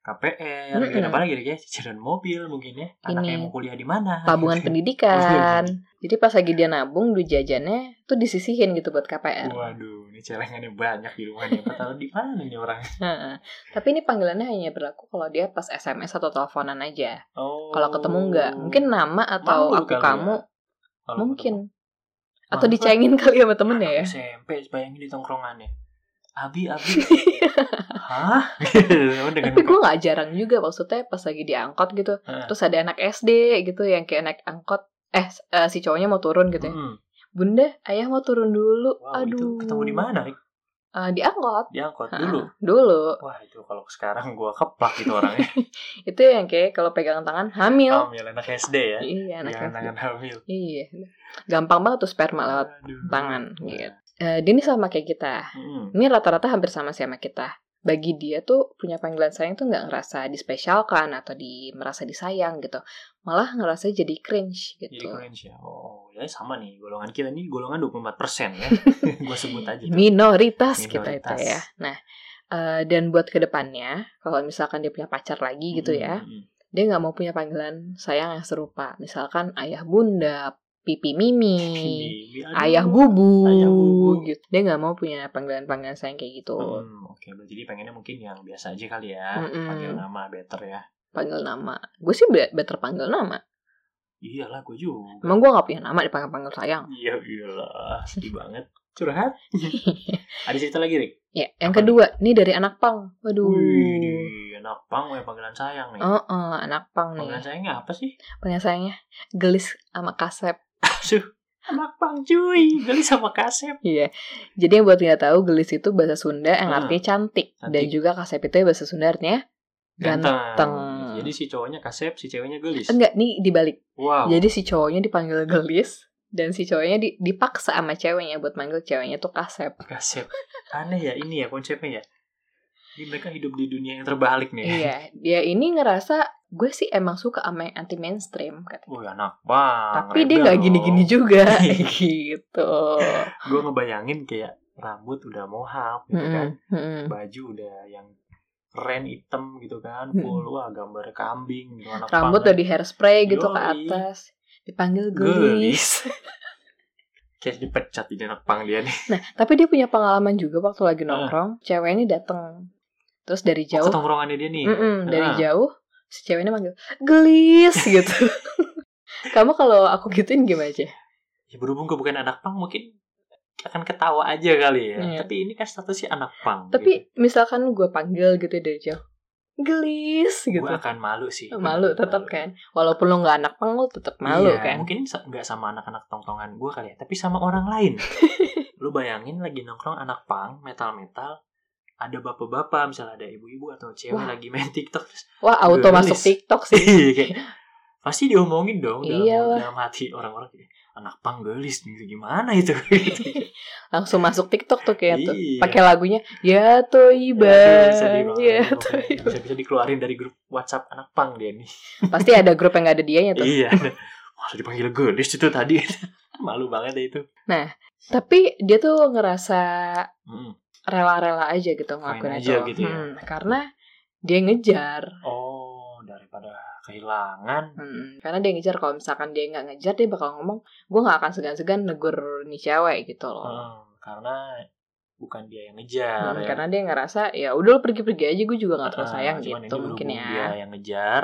Speaker 1: KPR,
Speaker 2: Mm-mm.
Speaker 1: mikirin apa lagi ya? Cicilan mobil mungkin ya. Anaknya
Speaker 2: Hmm. Ini.
Speaker 1: mau kuliah di mana? (laughs)
Speaker 2: tabungan
Speaker 1: Gitu. iya.
Speaker 2: pendidikan. Jadi pas lagi dia nabung duit jajannya tuh disisihin gitu buat KPR.
Speaker 1: Waduh, ini ini celengannya banyak di rumah nih. Apa tahu di mana nih orang?
Speaker 2: Heeh. Tapi ini panggilannya hanya berlaku kalau dia pas SMS atau teleponan aja.
Speaker 1: Oh.
Speaker 2: Kalau ketemu nggak, mungkin nama atau
Speaker 1: Malu
Speaker 2: aku
Speaker 1: kali
Speaker 2: kamu
Speaker 1: ya, kalau
Speaker 2: mungkin
Speaker 1: ketemu.
Speaker 2: atau
Speaker 1: Malu.
Speaker 2: dicengin kali sama temennya
Speaker 1: (laughs)
Speaker 2: ya.
Speaker 1: SMP bayangin di tongkrongannya. Abi,
Speaker 2: (laughs)
Speaker 1: Abi.
Speaker 2: Iya.
Speaker 1: Hah? Gitu, dengan
Speaker 2: Tapi gue nggak jarang juga maksudnya pas lagi diangkot gitu.
Speaker 1: Heeh.
Speaker 2: Terus ada anak SD gitu yang kayak naik angkot. Eh s- eh, si cowoknya mau turun gitu ya.
Speaker 1: Mm-mm.
Speaker 2: Bunda, ayah mau turun dulu.
Speaker 1: Wow,
Speaker 2: Aduh.
Speaker 1: itu ketemu di mana, Rik?
Speaker 2: Eh, di angkot.
Speaker 1: Di angkot dulu.
Speaker 2: Ah, dulu.
Speaker 1: Wah, itu kalau sekarang gua keplak gitu orangnya.
Speaker 2: (laughs) Itu yang kayak kalau pegangan tangan hamil.
Speaker 1: hamil anak SD ya.
Speaker 2: Iya, anak
Speaker 1: Jangan
Speaker 2: SD.
Speaker 1: tangan hamil.
Speaker 2: Iya. Gampang banget tuh sperma lewat
Speaker 1: Aduh.
Speaker 2: tangan
Speaker 1: Hmm.
Speaker 2: gitu. Eh, dia ini sama kayak kita.
Speaker 1: Mm-mm.
Speaker 2: Ini rata-rata hampir sama sih sama kita. Bagi dia tuh punya panggilan sayang tuh nggak ngerasa dispesialkan atau di merasa disayang gitu. Malah ngerasa jadi cringe
Speaker 1: Jadi
Speaker 2: gitu.
Speaker 1: cringe ya. Oh, ya sama nih golongan kita nih golongan 24%
Speaker 2: (laughs)
Speaker 1: ya. gua sebut aja. tuh.
Speaker 2: Minoritas, kita itu
Speaker 1: Minoritas.
Speaker 2: ya. Nah, eh, dan buat kedepannya, kalau misalkan dia punya pacar lagi gitu
Speaker 1: Mm-mm,
Speaker 2: ya,
Speaker 1: mm-mm.
Speaker 2: dia nggak mau punya panggilan sayang yang serupa. Misalkan ayah bunda, pipi mimi,
Speaker 1: Jadi, aduh.
Speaker 2: ayah bubu,
Speaker 1: Ayah bubu.
Speaker 2: gitu. Dia nggak mau punya panggilan-panggilan sayang kayak gitu.
Speaker 1: Hmm, Oke, berarti dia pengennya mungkin yang biasa aja kali ya.
Speaker 2: Mm-mm.
Speaker 1: Panggil nama better ya.
Speaker 2: Panggil nama. Gue sih be- better panggil nama.
Speaker 1: Iyalah, gue juga.
Speaker 2: Emang gue gak punya nama dipanggil-panggil
Speaker 1: (laughs)
Speaker 2: sayang.
Speaker 1: Iya, iyalah. Sedih banget. Curhat. Ada cerita lagi, Rik?
Speaker 2: Ya, yang
Speaker 1: Apa
Speaker 2: kedua, ini dari anak pang. Waduh.
Speaker 1: Wih, anak pang ya panggilan sayang nih.
Speaker 2: Oh, oh, anak pang
Speaker 1: Panggilan
Speaker 2: nih.
Speaker 1: sayangnya apa sih?
Speaker 2: Panggilan sayangnya gelis sama kasep.
Speaker 1: Aduh, anak pang cuy. Geli sama kasep.
Speaker 2: Iya. Jadi yang buat nggak tahu, gelis itu bahasa Sunda yang
Speaker 1: Ah,
Speaker 2: artinya cantik. Dan
Speaker 1: cantik.
Speaker 2: juga kasep itu bahasa Sunda artinya
Speaker 1: Ganteng.
Speaker 2: Ganteng.
Speaker 1: Jadi si cowoknya kasep, si ceweknya gelis.
Speaker 2: enggak nih dibalik.
Speaker 1: Wow.
Speaker 2: Jadi si cowoknya dipanggil gelis dan si cowoknya di- dipaksa sama ceweknya buat manggil ceweknya tuh kasep.
Speaker 1: Kasep. Aneh ya ini ya konsepnya ya. Ini mereka hidup di dunia yang terbalik nih.
Speaker 2: Iya, dia ini ngerasa gue sih emang suka sama yang anti mainstream katanya.
Speaker 1: Wih, anak pang.
Speaker 2: Tapi dia nggak gini-gini
Speaker 1: (laughs)
Speaker 2: juga (laughs) gitu.
Speaker 1: Gue ngebayangin kayak rambut udah mohawk gitu kan.
Speaker 2: Mm-mm, mm-mm.
Speaker 1: Baju udah yang keren hitam gitu kan.
Speaker 2: Mm-mm.
Speaker 1: Full wah gambar kambing gitu anak
Speaker 2: rambut
Speaker 1: pang.
Speaker 2: udah di hairspray gitu ke
Speaker 1: Yoi.
Speaker 2: atas dipanggil gelis
Speaker 1: gelis. Kayak dipecat di anak pang dia nih.
Speaker 2: nah tapi dia punya pengalaman juga waktu lagi
Speaker 1: Ah.
Speaker 2: nongkrong cewek ini datang terus dari
Speaker 1: Jauh.
Speaker 2: jauh
Speaker 1: Ketongkrongannya dia nih.
Speaker 2: Mm-mm, dari
Speaker 1: Ah.
Speaker 2: jauh si cewek ini manggil gelis (laughs) gitu kamu kalau aku gituin gimana aja
Speaker 1: Ya berhubung gue bukan anak pang mungkin akan ketawa aja kali ya.
Speaker 2: Iya.
Speaker 1: Tapi ini kan statusnya anak pang. gitu.
Speaker 2: tapi misalkan gue panggil gitu dari jauh gelis
Speaker 1: gitu.
Speaker 2: gitu
Speaker 1: gue akan malu sih.
Speaker 2: malu tetap
Speaker 1: Malu.
Speaker 2: kan walaupun lo nggak anak pang lo tetap malu
Speaker 1: Iya,
Speaker 2: kan
Speaker 1: Mungkin sa- nggak sama anak-anak tongtongan gue kali ya, tapi sama orang
Speaker 2: (laughs)
Speaker 1: lain. Lu bayangin lagi nongkrong anak pang, metal-metal, ada bapak-bapak misalnya ada ibu-ibu atau cewek
Speaker 2: Wah.
Speaker 1: lagi main TikTok
Speaker 2: (laughs)
Speaker 1: terus
Speaker 2: wah auto
Speaker 1: Gelis.
Speaker 2: masuk tiktok sih
Speaker 1: (laughs) Iya, kayak, pasti diomongin dong dalam,
Speaker 2: Iyalah.
Speaker 1: dalam hati orang-orang kayak, anak pang gelis gitu, gimana itu
Speaker 2: (laughs)
Speaker 1: (laughs) Gitu.
Speaker 2: langsung masuk tiktok tuh kayak tuh
Speaker 1: Iya.
Speaker 2: pakai lagunya ya toiba
Speaker 1: Aduh, sedih banget.
Speaker 2: ya
Speaker 1: Pokoknya
Speaker 2: toiba
Speaker 1: bisa-bisa dikeluarin dari grup WhatsApp anak pang dia nih
Speaker 2: pasti ada grup yang gak ada dianya tuh (laughs)
Speaker 1: iya masa dipanggil gelis itu tadi (laughs) malu banget deh itu
Speaker 2: tapi dia tuh ngerasa
Speaker 1: Mm.
Speaker 2: rela-rela aja gitu ngelakuin
Speaker 1: aja
Speaker 2: itu
Speaker 1: gitu ya.
Speaker 2: Hmm, karena dia ngejar
Speaker 1: oh daripada kehilangan
Speaker 2: Hmm, karena dia ngejar kalau misalkan dia nggak ngejar dia bakal ngomong gue nggak akan segan-segan negur nih cewek gitu loh
Speaker 1: Hmm, karena bukan dia yang ngejar
Speaker 2: Hmm,
Speaker 1: ya.
Speaker 2: karena dia ngerasa ya udah lo pergi-pergi aja gue juga nggak terlalu
Speaker 1: Ah,
Speaker 2: sayang
Speaker 1: cuman
Speaker 2: gitu
Speaker 1: ini
Speaker 2: mungkin
Speaker 1: berhubung dia
Speaker 2: ya
Speaker 1: yang ngejar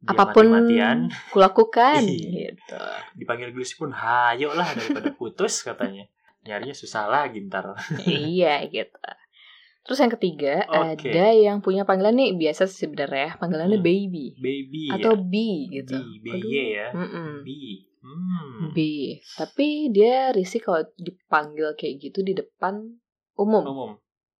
Speaker 1: dia
Speaker 2: apapun
Speaker 1: mati-matian
Speaker 2: kulakukan
Speaker 1: Iya.
Speaker 2: gitu
Speaker 1: dipanggil gelis pun hayo lah daripada putus katanya nyarinya susah lagi ntar
Speaker 2: iya gitu. Terus yang ketiga
Speaker 1: Oke.
Speaker 2: ada yang punya panggilan nih biasa sih sebenarnya panggilannya
Speaker 1: Hmm.
Speaker 2: baby
Speaker 1: baby ya?
Speaker 2: atau B
Speaker 1: B,
Speaker 2: gitu.
Speaker 1: B,
Speaker 2: Aduh.
Speaker 1: Y ya
Speaker 2: Mm-mm.
Speaker 1: B hmm.
Speaker 2: B. Tapi dia risih kalau dipanggil kayak gitu di depan umum.
Speaker 1: Hmm, umum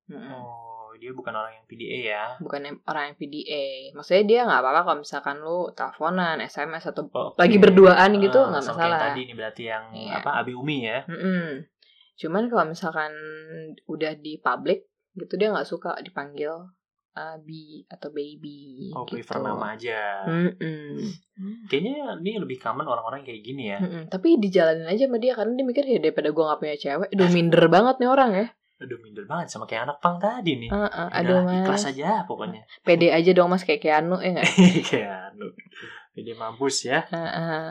Speaker 2: Mm-mm.
Speaker 1: oh dia bukan orang yang PDA ya
Speaker 2: Bukan em- orang yang PDA. Maksudnya dia nggak apa-apa kalau misalkan lu teleponan, SMS atau
Speaker 1: Oh, oke.
Speaker 2: Lagi berduaan gitu,
Speaker 1: Ah,
Speaker 2: nggak
Speaker 1: sama kayak
Speaker 2: masalah.
Speaker 1: tadi ini berarti yang
Speaker 2: Iya.
Speaker 1: apa Abi Umi ya
Speaker 2: Mm-mm. Cuman kalau misalkan udah di public gitu dia nggak suka dipanggil uh, B atau baby
Speaker 1: oh
Speaker 2: gitu. Hmm.
Speaker 1: prefer nama Iya. aja
Speaker 2: Mm-mm.
Speaker 1: kayaknya ini lebih common orang-orang kayak gini ya
Speaker 2: Mm-mm, Tapi dijalanin aja sama dia karena dia mikir ya daripada gue gak punya cewek, aduh minder banget nih orang ya.
Speaker 1: aduh minder banget sama kayak anak pang tadi nih
Speaker 2: Heeh,
Speaker 1: Udah,
Speaker 2: aduh mas,
Speaker 1: Iya, ikhlas aja pokoknya
Speaker 2: pede aja dong mas kayak Keanu ya nggak?
Speaker 1: kayak lu pede mampus ya
Speaker 2: Heeh.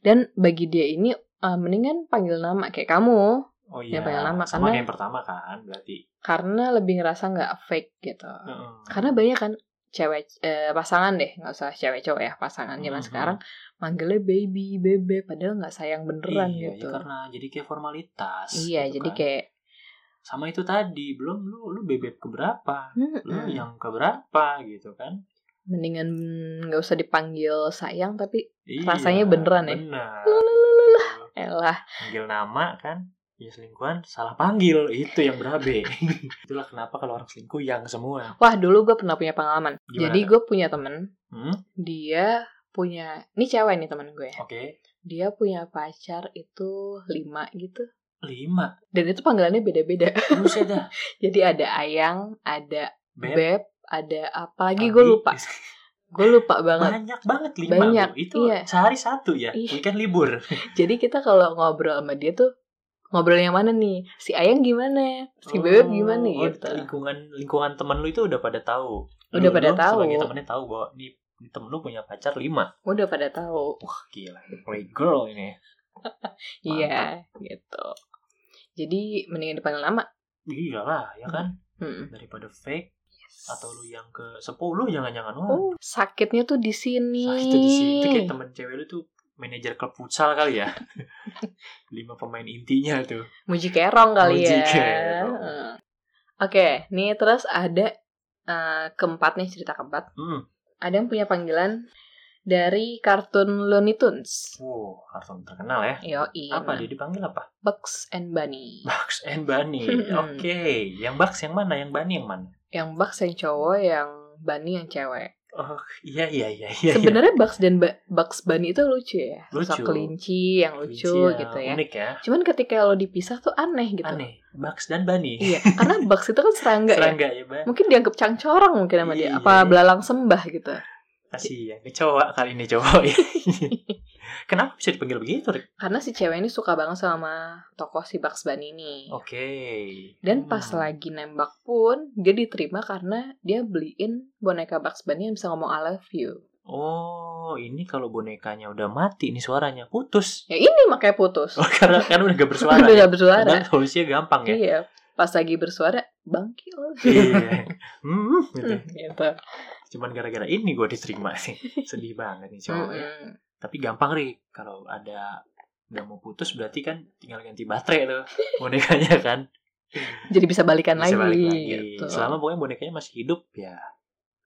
Speaker 2: Dan bagi dia ini eh, mendingan panggil nama kayak kamu.
Speaker 1: Oh iya.
Speaker 2: Yang paling lama,
Speaker 1: Sama
Speaker 2: karena-
Speaker 1: kayak yang pertama kan berarti.
Speaker 2: karena lebih ngerasa nggak fake gitu
Speaker 1: Heeh.
Speaker 2: karena banyak kan cewek eh, pasangan deh nggak usah cewek cowok ya pasangan zaman
Speaker 1: Mhm.
Speaker 2: sekarang manggilnya baby bebe padahal nggak sayang beneran
Speaker 1: iya,
Speaker 2: gitu
Speaker 1: ya karena jadi kayak formalitas.
Speaker 2: iya
Speaker 1: gitu
Speaker 2: jadi
Speaker 1: kan.
Speaker 2: kayak
Speaker 1: sama itu tadi belum lu lu bebek keberapa?
Speaker 2: "Mm-mm,
Speaker 1: Lu yang keberapa gitu kan?
Speaker 2: mendingan nggak usah dipanggil sayang tapi
Speaker 1: Iya,
Speaker 2: Rasanya beneran ya?
Speaker 1: Bener.
Speaker 2: elah
Speaker 1: Panggil nama kan? Ya selingkuhan salah panggil itu yang berabe. Itulah kenapa kalau orang selingkuh yang semua.
Speaker 2: wah dulu gue pernah punya pengalaman
Speaker 1: Gimana
Speaker 2: jadi
Speaker 1: tuh?
Speaker 2: gue punya temen
Speaker 1: Hmm?
Speaker 2: dia punya ini cewek nih temen gue
Speaker 1: Oke.
Speaker 2: dia punya pacar itu lima gitu
Speaker 1: Lima.
Speaker 2: dan itu panggilannya beda-beda (laughs)
Speaker 1: Buset dah.
Speaker 2: jadi ada ayang ada beb,
Speaker 1: Beb,
Speaker 2: ada apa lagi
Speaker 1: Abi.
Speaker 2: gue lupa gue lupa banget
Speaker 1: Banyak banget lima.
Speaker 2: Banyak,
Speaker 1: Bu. Itu
Speaker 2: iya.
Speaker 1: sehari satu ya.
Speaker 2: Iya.
Speaker 1: Weekend libur.
Speaker 2: jadi kita kalau ngobrol sama dia tuh ngobrol yang mana nih si ayang gimana (laughs)
Speaker 1: Oh,
Speaker 2: si bebek gimana
Speaker 1: oh,
Speaker 2: gitu
Speaker 1: Lingkungan lingkungan teman lu itu udah pada tahu. Lu-
Speaker 2: Udah pada
Speaker 1: lu
Speaker 2: tahu.
Speaker 1: Sebagai temennya tahu bahwa nih nih temen lu punya pacar lima.
Speaker 2: udah pada tahu
Speaker 1: Wah gila, playgirl ini.
Speaker 2: iya gitu jadi mendingan dipanggil nama Hmm.
Speaker 1: Iya lah, ya kan?
Speaker 2: Mm-mm.
Speaker 1: Daripada fake atau lu yang ke sepuluh jangan-jangan wah.
Speaker 2: Oh, sakitnya tuh di sini
Speaker 1: Sakitnya di sini. Itu kayak temen cewek lu tuh manajer klub futsal kali
Speaker 2: (laughs)
Speaker 1: ya. lima pemain intinya tuh. gitu.
Speaker 2: muji kerong kali ya
Speaker 1: Muji kerong.
Speaker 2: Heeh. oke nih terus ada eh, keempat nih cerita keempat
Speaker 1: Hmm.
Speaker 2: ada yang punya panggilan dari kartun Looney Tunes
Speaker 1: Wow, kartun terkenal ya.
Speaker 2: Yoi,
Speaker 1: Apa
Speaker 2: nah,
Speaker 1: dia dipanggil apa?
Speaker 2: Bugs and Bunny.
Speaker 1: Bugs and Bunny.
Speaker 2: Hmm.
Speaker 1: Oke, yang Bugs yang mana? Yang Bunny yang mana?
Speaker 2: Yang Bugs yang cowok, yang Bunny yang cewek.
Speaker 1: Oh, iya iya iya iya. iya.
Speaker 2: Sebenarnya Bugs dan Ba- Bugs Bunny itu lucu ya.
Speaker 1: Lucu.
Speaker 2: Sosok kelinci yang lucu
Speaker 1: Kelinci
Speaker 2: gitu ya.
Speaker 1: Unik ya.
Speaker 2: Cuman ketika lo dipisah tuh aneh gitu.
Speaker 1: Aneh. Bugs dan Bunny.
Speaker 2: Iya, karena Bugs itu kan serangga, ya.
Speaker 1: Serangga ya, Bang.
Speaker 2: Mungkin dianggap cangcorang mungkin sama dia.
Speaker 1: Iya, iya.
Speaker 2: Apa belalang sembah gitu.
Speaker 1: Kasih ya. Kecoa kali ini cowok
Speaker 2: (laughs)
Speaker 1: ya. Kenapa bisa dipanggil begitu, Rick?
Speaker 2: Karena si cewek ini suka banget sama tokoh si Bugs Bunny ini.
Speaker 1: Oke.
Speaker 2: Dan pas
Speaker 1: Hmm.
Speaker 2: lagi nembak pun, dia diterima karena dia beliin boneka Bugs Bunny yang bisa ngomong I love you.
Speaker 1: Oh, ini kalau bonekanya udah mati nih suaranya putus.
Speaker 2: Ya ini makanya putus.
Speaker 1: Oh, (laughs)
Speaker 2: (laughs)
Speaker 1: karena kan udah gak bersuara.
Speaker 2: Udah
Speaker 1: ya.
Speaker 2: gak bersuara.
Speaker 1: Padahal solusinya gampang ya.
Speaker 2: Iya. Pas lagi bersuara, bangkil.
Speaker 1: Iya. Hmm, gitu.
Speaker 2: Hmm, (laughs) gitu.
Speaker 1: Cuman gara-gara ini gue diterima sih. Sedih banget nih cowok ya.
Speaker 2: Mm-mm.
Speaker 1: Tapi gampang Rik kalau ada udah mau putus berarti kan tinggal ganti baterai tuh (laughs) bonekanya kan.
Speaker 2: Jadi bisa balikan
Speaker 1: Bisa
Speaker 2: lagi.
Speaker 1: balik lagi.
Speaker 2: Gitu.
Speaker 1: Selama pokoknya bonekanya masih hidup ya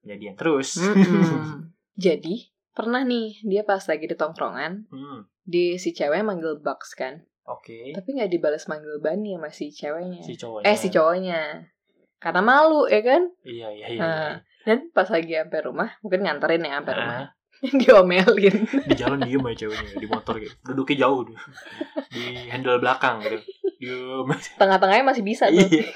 Speaker 1: jadian terus.
Speaker 2: Mm-mm. Jadi, pernah nih dia pas lagi di tongkrongan,
Speaker 1: (laughs) Hmm,
Speaker 2: di si cewek manggil Bugs kan.
Speaker 1: Oke.
Speaker 2: Tapi nggak dibalas manggil Bunny sama si ceweknya.
Speaker 1: Si cowoknya.
Speaker 2: eh, si cowoknya. Karena malu, ya kan?
Speaker 1: Iya iya iya.
Speaker 2: Ah. Dan pas lagi sampai rumah, mungkin nganterin ya sampai
Speaker 1: Ah.
Speaker 2: rumah. (laughs) Diomelin.
Speaker 1: di jalan diem aja ceweknya di motor gitu duduknya jauh dia. di handle belakang gitu diem
Speaker 2: (laughs) Tengah-tengahnya masih bisa tuh.
Speaker 1: Iya.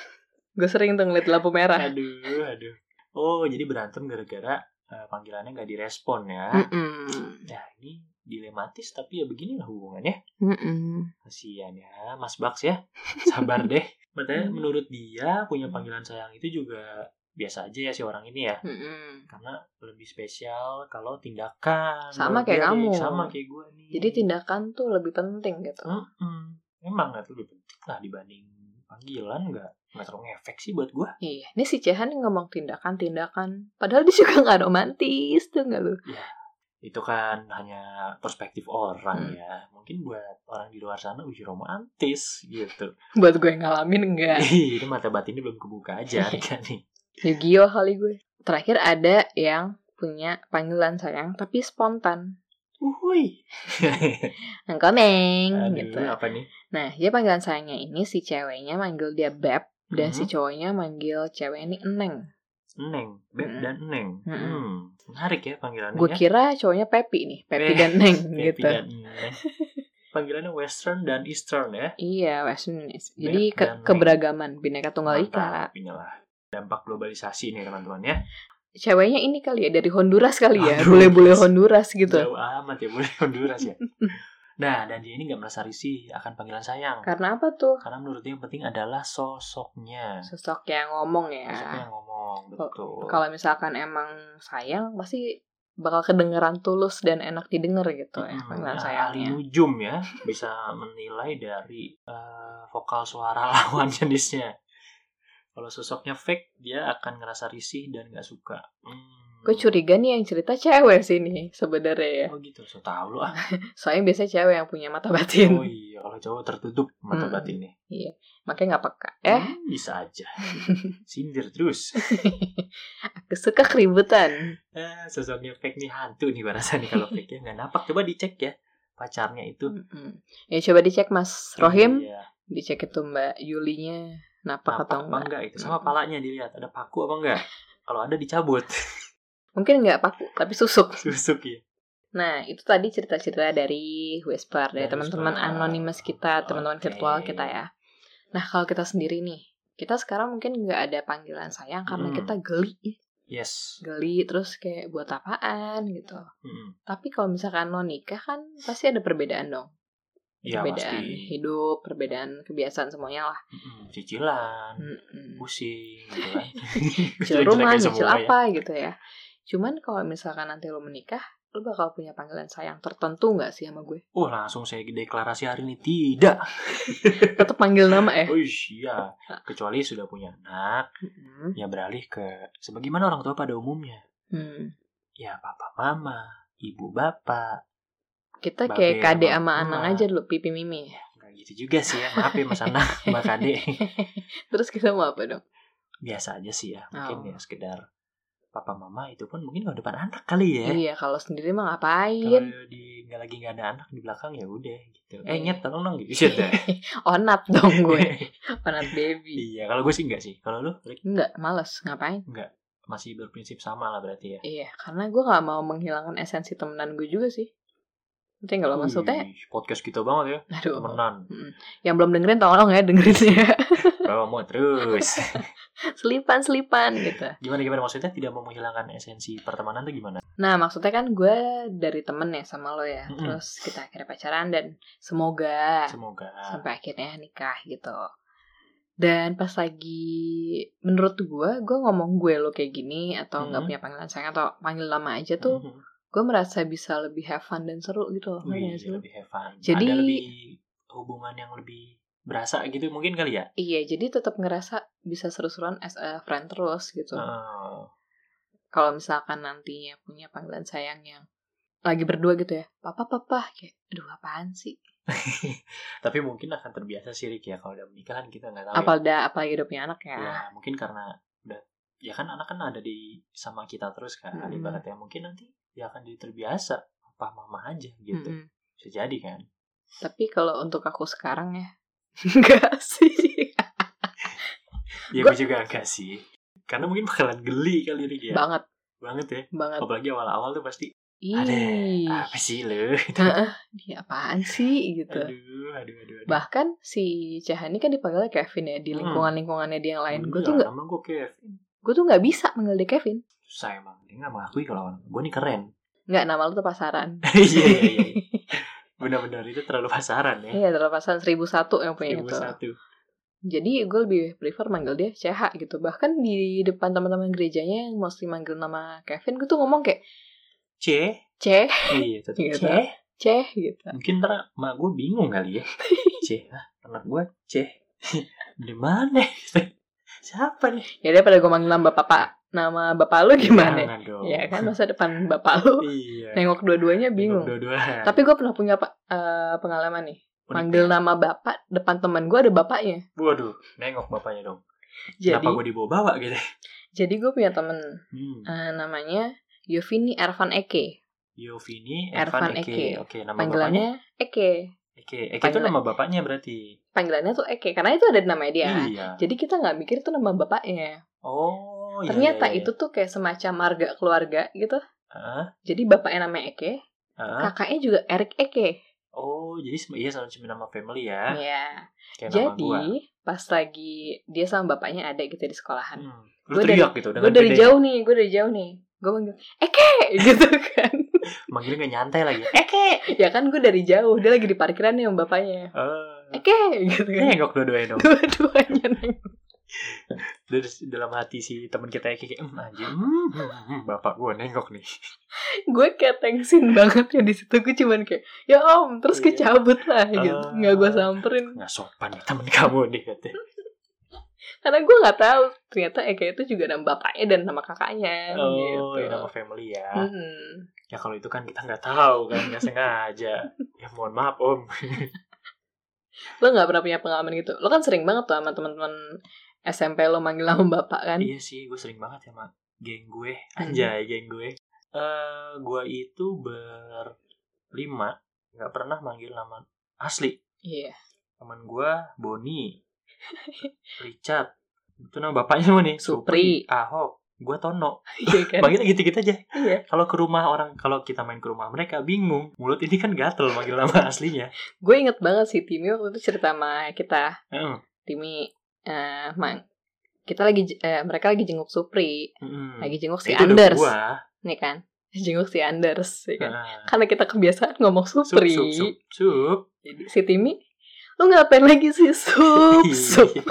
Speaker 2: Gue sering tuh ngeliat lampu merah.
Speaker 1: aduh aduh oh jadi berantem gara-gara eh, panggilannya nggak direspon ya
Speaker 2: Mm. Mm-mm.
Speaker 1: nah ini dilematis tapi ya beginilah hubungannya
Speaker 2: Mm-mm.
Speaker 1: kasihan ya Mas Baks ya sabar deh (laughs) Hmm. Makanya menurut dia punya panggilan sayang itu juga biasa aja ya si orang ini ya
Speaker 2: Mm-mm.
Speaker 1: karena lebih spesial kalau tindakan Menurut
Speaker 2: Sama kayak
Speaker 1: dia nih.
Speaker 2: kamu.
Speaker 1: sama kayak gue nih
Speaker 2: Jadi tindakan tuh lebih penting gitu.
Speaker 1: Oh. Mm-mm. Emang itu lebih penting lah dibanding panggilan nggak nggak terlalu ngefek sih buat gue.
Speaker 2: Iya, ini si Cehan yang ngomong tindakan-tindakan. Padahal dia juga nggak romantis tuh nggak lu?
Speaker 1: Itu kan hanya perspektif orang
Speaker 2: Hmm.
Speaker 1: ya. Mungkin buat orang di luar sana uji romantis gitu.
Speaker 2: Buat gue yang ngalamin enggak.
Speaker 1: (laughs) Ih, itu mata batinnya belum kebuka
Speaker 2: (laughs)
Speaker 1: aja kan nih.
Speaker 2: Yu-Gi-Oh kali gue. Terakhir ada yang punya panggilan sayang tapi spontan.
Speaker 1: Uhuy.
Speaker 2: Ngomeng
Speaker 1: (laughs) Aduh,
Speaker 2: gitu.
Speaker 1: apa nih?
Speaker 2: Nah, dia panggilan sayangnya ini si ceweknya manggil dia Beb dan si cowoknya manggil cewek ini Eneng.
Speaker 1: Hmm, Neng, Beb
Speaker 2: Mm-mm.
Speaker 1: dan Neng.
Speaker 2: Mm-mm.
Speaker 1: Hmm. Menarik ya panggilannya.
Speaker 2: Gue kira cowoknya Pepi nih, Pepi dan
Speaker 1: (laughs)
Speaker 2: Neng
Speaker 1: Baby
Speaker 2: (laughs) gitu.
Speaker 1: dan Neng. ya. Panggilannya Western dan Eastern ya.
Speaker 2: Iya, Western Indonesia. Jadi
Speaker 1: Beb
Speaker 2: ke-
Speaker 1: dan Neng.
Speaker 2: keberagaman Bhinneka Tunggal Ika.
Speaker 1: Mantap, inilah dampak globalisasi nih teman-teman ya.
Speaker 2: ceweknya ini kali ya dari Honduras kali ya
Speaker 1: Aduh.
Speaker 2: bule-bule Honduras gitu
Speaker 1: Jauh amat ya boleh Honduras ya. Nah, dan dia ini nggak merasa risih akan panggilan sayang.
Speaker 2: karena apa tuh
Speaker 1: Karena menurut dia yang penting adalah sosoknya.
Speaker 2: sosok yang ngomong
Speaker 1: Sosoknya
Speaker 2: ya
Speaker 1: yang ngomong, betul.
Speaker 2: kalau misalkan emang sayang pasti bakal kedengeran tulus dan enak didengar gitu ya
Speaker 1: Mm-mm.
Speaker 2: panggilan
Speaker 1: Nah,
Speaker 2: sayangnya.
Speaker 1: ahli nujum ya bisa menilai dari eh, vokal suara (laughs) lawan jenisnya. Kalau sosoknya fake, dia akan ngerasa risih dan nggak suka. Hmm.
Speaker 2: Gue curiga nih yang cerita cewek sih nih sebenarnya ya.
Speaker 1: Oh gitu, so tau lu ah.
Speaker 2: Soalnya biasanya cewek yang punya
Speaker 1: Oh
Speaker 2: mata batin.
Speaker 1: iya, kalau cowok tertutup mata
Speaker 2: Mm.
Speaker 1: batinnya.
Speaker 2: Makanya nggak peka. Eh,
Speaker 1: Hmm, bisa
Speaker 2: (laughs)
Speaker 1: aja. Sindir terus.
Speaker 2: aku suka keributan.
Speaker 1: Eh, sosoknya fake nih hantu nih gua rasa nih kalau fake ya nggak napak. Coba dicek ya pacarnya itu.
Speaker 2: Mm-mm. Ya coba dicek Mas Rohim,
Speaker 1: Iya,
Speaker 2: dicek itu Mbak Yulinya napak
Speaker 1: napak
Speaker 2: atau
Speaker 1: apa
Speaker 2: enggak.
Speaker 1: enggak itu sama
Speaker 2: Hmm.
Speaker 1: palanya dilihat ada paku apa enggak. Kalau ada dicabut, (laughs)
Speaker 2: Mungkin nggak paku, tapi susuk.
Speaker 1: susuk ya.
Speaker 2: Nah, itu tadi cerita-cerita dari Whisper dari
Speaker 1: Dari
Speaker 2: teman-teman
Speaker 1: Whisper.
Speaker 2: anonymous kita, teman-teman
Speaker 1: Oke.
Speaker 2: virtual kita ya. Nah, kalau kita sendiri nih, kita sekarang mungkin nggak ada panggilan sayang karena
Speaker 1: Hmm.
Speaker 2: kita geli,
Speaker 1: Yes.
Speaker 2: geli terus kayak buat apaan gitu.
Speaker 1: Mm-mm.
Speaker 2: Tapi kalau misalkan lo nikah kan pasti ada perbedaan dong.
Speaker 1: Iya
Speaker 2: perbedaan
Speaker 1: pasti.
Speaker 2: hidup, perbedaan kebiasaan semuanya lah.
Speaker 1: Mm-mm. Cicilan,
Speaker 2: Mm-mm.
Speaker 1: pusing, gitu
Speaker 2: (laughs)
Speaker 1: kan.
Speaker 2: Cil
Speaker 1: Jelek-jeleknya
Speaker 2: rumah, cil
Speaker 1: semua ya.
Speaker 2: apa gitu ya. Cuman kalau misalkan nanti lo menikah, lo bakal punya panggilan sayang tertentu nggak sih sama gue?
Speaker 1: Oh langsung saya deklarasi hari ini tidak.
Speaker 2: Tetap panggil nama ya.
Speaker 1: Oh iya, kecuali sudah punya anak,
Speaker 2: Mm-mm.
Speaker 1: ya beralih ke sebagaimana orang tua pada umumnya.
Speaker 2: Hmm.
Speaker 1: Ya papa mama, ibu bapak,
Speaker 2: Kita
Speaker 1: Babe
Speaker 2: kayak kade
Speaker 1: sama emak.
Speaker 2: sama Anang aja dulu, pipi mimi.
Speaker 1: Nggak gitu juga sih ya, maaf ya Mas
Speaker 2: (laughs)
Speaker 1: Anang, Mbak Kade.
Speaker 2: Terus kita mau apa dong?
Speaker 1: Biasa aja sih ya, mungkin
Speaker 2: Oh.
Speaker 1: ya sekedar papa mama itu pun mungkin kalau depan anak kali ya.
Speaker 2: Iya, kalau sendiri mah
Speaker 1: Kalau
Speaker 2: ngapain?
Speaker 1: di nggak lagi nggak ada anak di belakang ya udah gitu. Eh
Speaker 2: Iya.
Speaker 1: nyet tolong dong gitu Shit, dah.
Speaker 2: Onat dong gue, onat baby.
Speaker 1: (laughs) iya, kalau gue sih enggak sih. Kalau lu Rick,
Speaker 2: Enggak, males, ngapain?
Speaker 1: masih berprinsip sama lah berarti ya.
Speaker 2: Iya, karena gue gak mau menghilangkan esensi temenan gue juga sih. Nanti kalau maksudnya,
Speaker 1: Wih, podcast kita banget ya. Oh, iya.
Speaker 2: aduh,
Speaker 1: Temenan.
Speaker 2: yang belum dengerin tolong ya dengerin ya.
Speaker 1: Promo
Speaker 2: (laughs)
Speaker 1: terus.
Speaker 2: selipan-selipan gitu.
Speaker 1: gimana gimana maksudnya tidak mau menghilangkan esensi pertemanan tuh gimana?
Speaker 2: Nah, maksudnya kan gue dari temen ya sama lo ya.
Speaker 1: Mm-mm.
Speaker 2: Terus kita akhirnya pacaran dan semoga
Speaker 1: Semoga.
Speaker 2: sampai akhirnya nikah gitu. Dan pas lagi menurut gue, gue ngomong gue lo kayak gini atau nggak
Speaker 1: Mhm.
Speaker 2: punya panggilan sayang atau panggil lama aja tuh,
Speaker 1: Mhm.
Speaker 2: gue merasa bisa lebih have fun dan seru gitu loh. ngerti
Speaker 1: (laughs) Wih,
Speaker 2: nggak sih lo?
Speaker 1: lebih have fun.
Speaker 2: Jadi-
Speaker 1: ada lebih hubungan yang lebih berasa gitu mungkin kali ya.
Speaker 2: Iya, jadi tetap ngerasa bisa seru-seruan as a friend terus gitu.
Speaker 1: Heeh.
Speaker 2: Kalau misalkan nantinya punya panggilan sayang yang lagi berdua gitu ya, papa papa kayak, aduh apaan sih?
Speaker 1: Tapi mungkin akan terbiasa sirik ya kalau udah menikah kan kita nggak tahu. ya.
Speaker 2: Apal dah, apalagi udah punya anak ya.
Speaker 1: Ya, mungkin karena udah ya kan anak kan ada di sama kita terus kan
Speaker 2: Mm-mm.
Speaker 1: ibaratnya mungkin nanti ya akan jadi terbiasa papa mama aja gitu.
Speaker 2: Mm-mm.
Speaker 1: Bisa jadi kan.
Speaker 2: Tapi kalau untuk aku sekarang ya, (laughs) enggak sih.
Speaker 1: Ya gue juga agak sih. Karena mungkin bakalan geli kali ini ya.
Speaker 2: banget
Speaker 1: Banget ya.
Speaker 2: banget
Speaker 1: Apalagi awal-awal tuh pasti ada
Speaker 2: ih
Speaker 1: apa sih lu?
Speaker 2: Heeh, dia apaan sih gitu
Speaker 1: (laughs) aduh, aduh, aduh, aduh.
Speaker 2: bahkan si Cahani kan dipanggilnya Kevin ya
Speaker 1: Hmm. Iya.
Speaker 2: di lingkungan lingkungannya dia yang lain gue tuh nggak
Speaker 1: gue Kevin.
Speaker 2: gue tuh nggak bisa manggil dia Kevin
Speaker 1: Susah emang. Dia nggak mengakui kalau gue nih keren.
Speaker 2: nggak nama lu tuh pasaran
Speaker 1: (laughs) Iya, iya, iya. Benar-benar itu terlalu (laughs) pasaran ya.
Speaker 2: (laughs) iya terlalu pasaran seribu satu yang punya
Speaker 1: Seribu
Speaker 2: itu
Speaker 1: satu.
Speaker 2: jadi gue lebih prefer manggil dia CH gitu bahkan di depan teman-teman gerejanya yang mostly manggil nama Kevin gue tuh ngomong kayak
Speaker 1: C.
Speaker 2: Ceh
Speaker 1: Iya, tetap
Speaker 2: Iya,
Speaker 1: C.
Speaker 2: tetap. Ceh gitu
Speaker 1: Mungkin ntar emak gue bingung kali
Speaker 2: (laughs)
Speaker 1: ya. C. Ah, anak gue C. (laughs) Dari mana? ya? (laughs) Siapa nih?
Speaker 2: ya daripada gue manggil nama bapak nama bapak lu gimana
Speaker 1: Jangan dong.
Speaker 2: ya kan masa depan bapak lu
Speaker 1: nah. Iya.
Speaker 2: nengok dua-duanya bingung
Speaker 1: Dua-dua.
Speaker 2: Tapi gue pernah punya pa- eh, pengalaman nih.
Speaker 1: ya.
Speaker 2: Manggil nama bapak, depan teman gue ada bapaknya.
Speaker 1: Waduh, nengok bapaknya dong.
Speaker 2: Jadi,
Speaker 1: Kenapa gue dibawa-bawa gitu?
Speaker 2: jadi gue punya temen
Speaker 1: Hmm.
Speaker 2: eh, namanya Yovini Ervan Eke.
Speaker 1: Yovini Ervan
Speaker 2: Ervan Eke.
Speaker 1: Eke. Oke, nama bapaknya
Speaker 2: Panggilannya Eke.
Speaker 1: Eke. Eke itu
Speaker 2: panggilan-
Speaker 1: nama bapaknya berarti.
Speaker 2: Panggilannya tuh Eke, karena itu ada namanya dia.
Speaker 1: Iya.
Speaker 2: Jadi kita nggak mikir itu nama bapaknya.
Speaker 1: Oh, iya,
Speaker 2: Ternyata
Speaker 1: iya, Ah, iya.
Speaker 2: itu tuh kayak semacam marga keluarga gitu.
Speaker 1: Hah?
Speaker 2: Jadi bapaknya namanya Eke,
Speaker 1: Hah?
Speaker 2: kakaknya juga Erik
Speaker 1: ah.
Speaker 2: Eke.
Speaker 1: Oh, jadi sem- iya sama cuma nama family ya.
Speaker 2: Iya.
Speaker 1: Kayak nama
Speaker 2: Jadi
Speaker 1: gua.
Speaker 2: pas lagi dia sama bapaknya ada gitu di sekolahan.
Speaker 1: Hmm. Lu
Speaker 2: Gua dari-
Speaker 1: teriak gitu
Speaker 2: gue
Speaker 1: dengan
Speaker 2: dari
Speaker 1: gede.
Speaker 2: jauh nih gue dari jauh nih gue manggil Eke (laughs) gitu kan
Speaker 1: Manggilnya gak nyantai lagi.
Speaker 2: (laughs)
Speaker 1: Eke.
Speaker 2: ya kan gue dari jauh dia lagi di parkiran nih sama bapaknya
Speaker 1: Eh,
Speaker 2: Eke gitu kan
Speaker 1: nengok dua-duanya dong.
Speaker 2: (laughs) dua-duanya neng
Speaker 1: Terus dalam hati si teman kita yang kayak "Hmm, anjing, hmm, hmm, hmm, bapak gue nengok nih.
Speaker 2: gue kayak thanksin banget ya di situ gue cuman kayak ya om terus gue
Speaker 1: Iya.
Speaker 2: cabut lah gitu
Speaker 1: Ah.
Speaker 2: nggak gue samperin
Speaker 1: Nggak sopan ya teman kamu nih katanya.
Speaker 2: karena gue nggak tahu ternyata Eka itu juga nama bapaknya dan nama kakaknya
Speaker 1: Oh,
Speaker 2: gitu.
Speaker 1: ya nama family ya.
Speaker 2: Mm-mm.
Speaker 1: Ya kalau itu kan kita nggak tahu kan nggak sengaja. Ya mohon maaf om.
Speaker 2: lo nggak pernah punya pengalaman gitu lo kan sering banget tuh sama teman-teman SMP lo manggil sama bapak kan Hmm.
Speaker 1: Iya sih, gue sering banget ya sama geng gue. Anjay, geng gue. Eh, gue itu berlima nggak pernah manggil nama asli.
Speaker 2: iya (laughs)
Speaker 1: Teman gue Boni, Richard. Itu nama bapaknya siapa nih?
Speaker 2: Supri.
Speaker 1: Ahok. Gue Tono.
Speaker 2: iya kan
Speaker 1: Manggilnya gitu-gitu aja.
Speaker 2: Iya.
Speaker 1: Kalau ke rumah orang, kalau kita main ke rumah mereka bingung. Mulut ini kan gatel manggil nama (laughs) aslinya.
Speaker 2: gue inget banget sih Timmy waktu itu cerita sama kita
Speaker 1: Heeh.
Speaker 2: Timmy eh mang kita lagi j- eh, mereka lagi jenguk Supri
Speaker 1: Mm.
Speaker 2: lagi jenguk si
Speaker 1: Itu udah
Speaker 2: Anders
Speaker 1: gua.
Speaker 2: nih kan (laughs) jenguk si Anders ya kan?
Speaker 1: Heeh.
Speaker 2: karena kita kebiasaan ngomong
Speaker 1: Sup,
Speaker 2: Supri
Speaker 1: sup, sup, sup.
Speaker 2: jadi si Timmy lu ngapain lagi sih
Speaker 1: (laughs)
Speaker 2: Sup Sup
Speaker 1: Iya.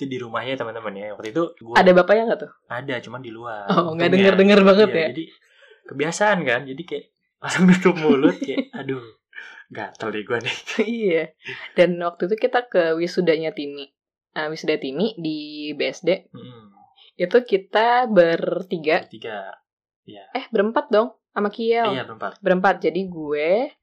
Speaker 1: itu di rumahnya teman-teman ya waktu itu gua
Speaker 2: ada bapaknya nggak tuh
Speaker 1: ada cuman di luar
Speaker 2: oh
Speaker 1: Untungnya.
Speaker 2: nggak denger denger banget
Speaker 1: Iya,
Speaker 2: ya
Speaker 1: jadi kebiasaan kan jadi kayak langsung (laughs) nutup mulut kayak aduh gatel deh gue nih
Speaker 2: (laughs) iya dan waktu itu kita ke wisudanya Timmy Eh, wisuda Timmy di BSD
Speaker 1: Mm,
Speaker 2: itu kita bertiga
Speaker 1: tiga
Speaker 2: eh berempat dong sama Kiel
Speaker 1: iya berempat
Speaker 2: berempat jadi gue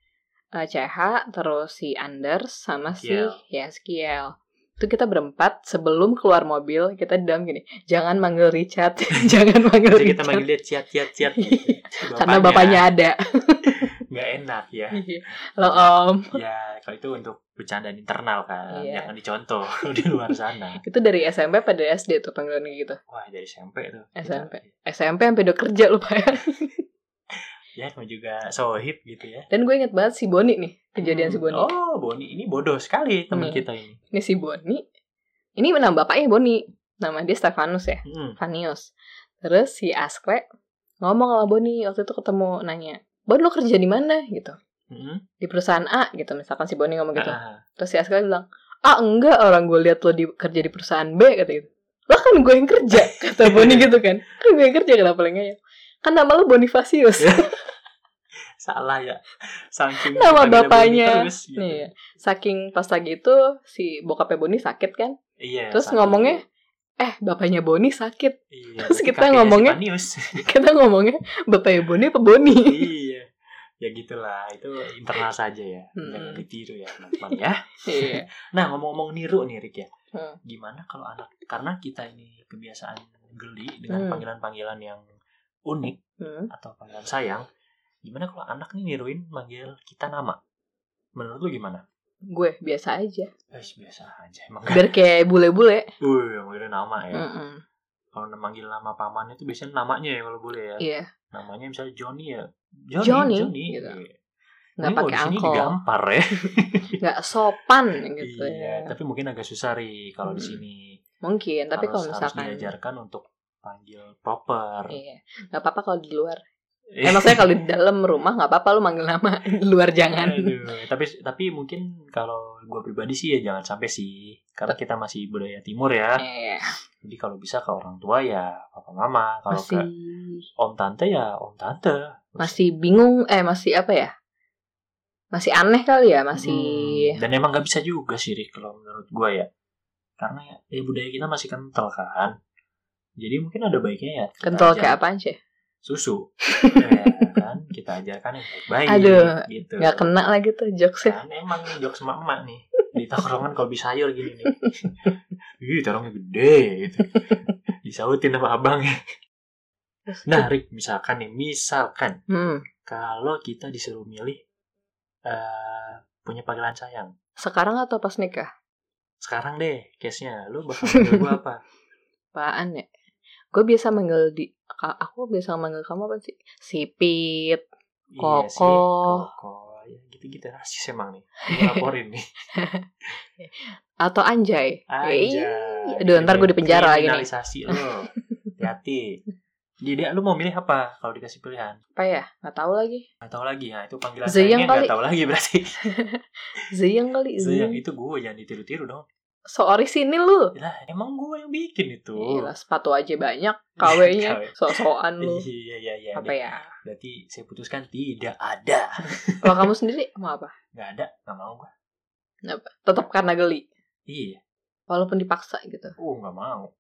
Speaker 2: eh, CH terus si Anders sama si
Speaker 1: Kiel.
Speaker 2: ya si Kiel itu kita berempat sebelum keluar mobil kita di dalam gini jangan manggil Richard (laughs) jangan
Speaker 1: jadi
Speaker 2: manggil
Speaker 1: kita
Speaker 2: Richard
Speaker 1: manggil dia ciat ciat
Speaker 2: (laughs)
Speaker 1: ciat
Speaker 2: Iya. karena bapaknya ada (laughs)
Speaker 1: nggak enak ya
Speaker 2: lo om
Speaker 1: ya kalau itu untuk bercandaan internal kan
Speaker 2: Iya.
Speaker 1: jangan dicontoh (laughs) di luar sana
Speaker 2: itu dari SMP pada SD tuh panggilan kayak gitu
Speaker 1: wah dari SMP tuh
Speaker 2: SMP. SMP sampai udah kerja lupa ya
Speaker 1: ya kamu juga sohib gitu ya
Speaker 2: dan gue inget banget si Boni nih kejadian si
Speaker 1: Hmm.
Speaker 2: Boni
Speaker 1: Oh, Boni ini bodoh sekali teman
Speaker 2: Hmm.
Speaker 1: kita ini.
Speaker 2: ini si Boni ini nama bapaknya Boni nama dia Stefanus ya
Speaker 1: Hmm.
Speaker 2: Vanius. Terus si Askle ngomong sama Boni waktu itu ketemu nanya, Bon lo kerja di mana gitu?
Speaker 1: Hmm.
Speaker 2: Di perusahaan A gitu misalkan si Boni ngomong gitu.
Speaker 1: Ah,
Speaker 2: Terus si Askle bilang, ah enggak orang gue lihat lo di, kerja di perusahaan B kata gitu. Lah kan gue yang
Speaker 1: (laughs)
Speaker 2: kerja kata Boni gitu kan. Kan gue yang kerja kenapa lo ngeyel? Kan nama lo Bonifacius.
Speaker 1: (laughs) salah ya. Saking kita
Speaker 2: Nama
Speaker 1: bilang
Speaker 2: bapaknya. Iya.
Speaker 1: Boni terus, gitu.
Speaker 2: Nih, saking pas lagi itu si bokapnya Boni sakit kan.
Speaker 1: Iya.
Speaker 2: Terus
Speaker 1: saking-
Speaker 2: ngomongnya eh bapaknya Boni sakit. (laughs)
Speaker 1: Iya,
Speaker 2: terus
Speaker 1: berarti
Speaker 2: kita
Speaker 1: kakeknya si
Speaker 2: ngomongnya-
Speaker 1: Panius.
Speaker 2: (laughs) Kita ngomongnya bapaknya Boni apa Boni?
Speaker 1: iya. Ya gitulah, itu internal saja ya.
Speaker 2: Hmm.
Speaker 1: Jangan ditiru ya, teman-teman ya.
Speaker 2: Iya. (laughs)
Speaker 1: Nah, ngomong-ngomong niru nih Rik ya.
Speaker 2: Hmm.
Speaker 1: Gimana kalau anak karena kita ini kebiasaan geli dengan
Speaker 2: Hmm.
Speaker 1: panggilan-panggilan yang unik
Speaker 2: Hmm.
Speaker 1: atau panggilan sayang gimana kalau anak nih niruin manggil kita nama menurut lu gimana
Speaker 2: gue biasa aja
Speaker 1: Eh, biasa aja emang (laughs) kan
Speaker 2: biar kayak
Speaker 1: (laughs)
Speaker 2: bule-bule
Speaker 1: uh manggilnya nama ya
Speaker 2: Mm-mm.
Speaker 1: kalau manggil nama pamannya itu biasanya namanya ya kalau boleh ya
Speaker 2: iya
Speaker 1: namanya misalnya Johnny ya Johnny
Speaker 2: Johnny, gitu.
Speaker 1: gitu.
Speaker 2: nggak pakai angkol
Speaker 1: digampar ya
Speaker 2: nggak sopan gitu
Speaker 1: iya
Speaker 2: ya
Speaker 1: tapi mungkin agak susah ri kalau di
Speaker 2: Mm.
Speaker 1: sini
Speaker 2: mungkin tapi
Speaker 1: harus,
Speaker 2: kalau
Speaker 1: harus
Speaker 2: misalkan
Speaker 1: diajarkan untuk panggil proper
Speaker 2: iya nggak apa-apa kalau di
Speaker 1: (laughs)
Speaker 2: luar eh maksudnya kalau di dalam rumah nggak apa-apa lu manggil nama (laughs) di luar jangan
Speaker 1: Aduh, tapi tapi mungkin kalau gue pribadi sih ya jangan sampai sih karena kita masih budaya timur ya.
Speaker 2: (laughs) Iya,
Speaker 1: Jadi kalau bisa ke orang tua ya papa mama, kalau
Speaker 2: masih
Speaker 1: ke om tante ya om tante.
Speaker 2: masih bingung eh masih apa ya masih aneh kali ya masih
Speaker 1: Hmm, Dan emang nggak bisa juga sih Rik, kalau menurut gue ya. Karena ya, ya budaya kita masih kental kan. Jadi mungkin ada baiknya ya. kita
Speaker 2: kental
Speaker 1: ajar-
Speaker 2: kayak apaan sih (laughs)
Speaker 1: Susu. ya, kan kita ajarkan yang baik-baik
Speaker 2: Aduh,
Speaker 1: gitu.
Speaker 2: nggak kena lagi tuh jokesnya
Speaker 1: Kan emang nih jokes sama emak nih di tongkrongan kalau bisa sayur gini
Speaker 2: (laughs)
Speaker 1: nih. Ih, terongnya gede gitu. Disautin sama abang. Nah, Rik, misalkan nih, misalkan
Speaker 2: hmm.
Speaker 1: kalau kita disuruh milih eh punya panggilan sayang.
Speaker 2: sekarang atau pas nikah
Speaker 1: Sekarang deh, case-nya lu bakal manggil gua apa?
Speaker 2: apaan ya gue biasa manggil di ka- aku biasa manggil kamu apa sih sipit
Speaker 1: Iya sih,
Speaker 2: (laughs) Koko.
Speaker 1: Koko. Ya, gitu-gitu rasis emang nih. Gua laporin
Speaker 2: (laughs)
Speaker 1: nih.
Speaker 2: atau anjay Eh,
Speaker 1: Anjay.
Speaker 2: Ih, Ya iya. aduh, ntar gua di penjara lagi nih.
Speaker 1: Kriminalisasi lu. Hati-hati. Jadi lu mau milih apa kalau dikasih pilihan?
Speaker 2: apa ya nggak tahu lagi
Speaker 1: Gak tahu lagi ya, itu panggilan
Speaker 2: Zeyang
Speaker 1: sayangnya
Speaker 2: kali. (laughs)
Speaker 1: gak tahu lagi berarti.
Speaker 2: zeyang kali
Speaker 1: Zeyang
Speaker 2: zeyang
Speaker 1: itu gue jangan ditiru-tiru dong.
Speaker 2: so orisinil lu.
Speaker 1: Lah, emang gue yang bikin itu.
Speaker 2: Gila, sepatu aja banyak, KW-nya
Speaker 1: (laughs) KW.
Speaker 2: so-soan lu.
Speaker 1: Iya, iya, iya.
Speaker 2: Apa ya?
Speaker 1: Berarti saya putuskan tidak ada.
Speaker 2: Kalau kamu sendiri mau apa?
Speaker 1: Nggak ada, nggak mau gue.
Speaker 2: Tetap karena geli,
Speaker 1: Iya.
Speaker 2: walaupun dipaksa gitu.
Speaker 1: Oh, nggak mau.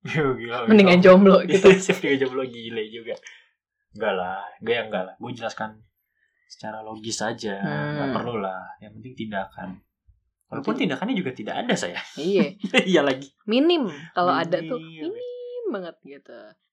Speaker 1: (laughs) Yo, gila. (laughs)
Speaker 2: Mendingan jomblo gitu.
Speaker 1: gitu. Siap tiga jam lo gile juga. Enggak lah, gue yang enggak lah. Gue jelaskan secara logis aja. Enggak
Speaker 2: Hmm.
Speaker 1: perlu lah. Yang penting tindakan. Walaupun
Speaker 2: Penting.
Speaker 1: tindakannya juga tidak ada saya. (laughs)
Speaker 2: iya,
Speaker 1: Iya lagi.
Speaker 2: minim kalau ada tuh
Speaker 1: Minim.
Speaker 2: minim banget gitu.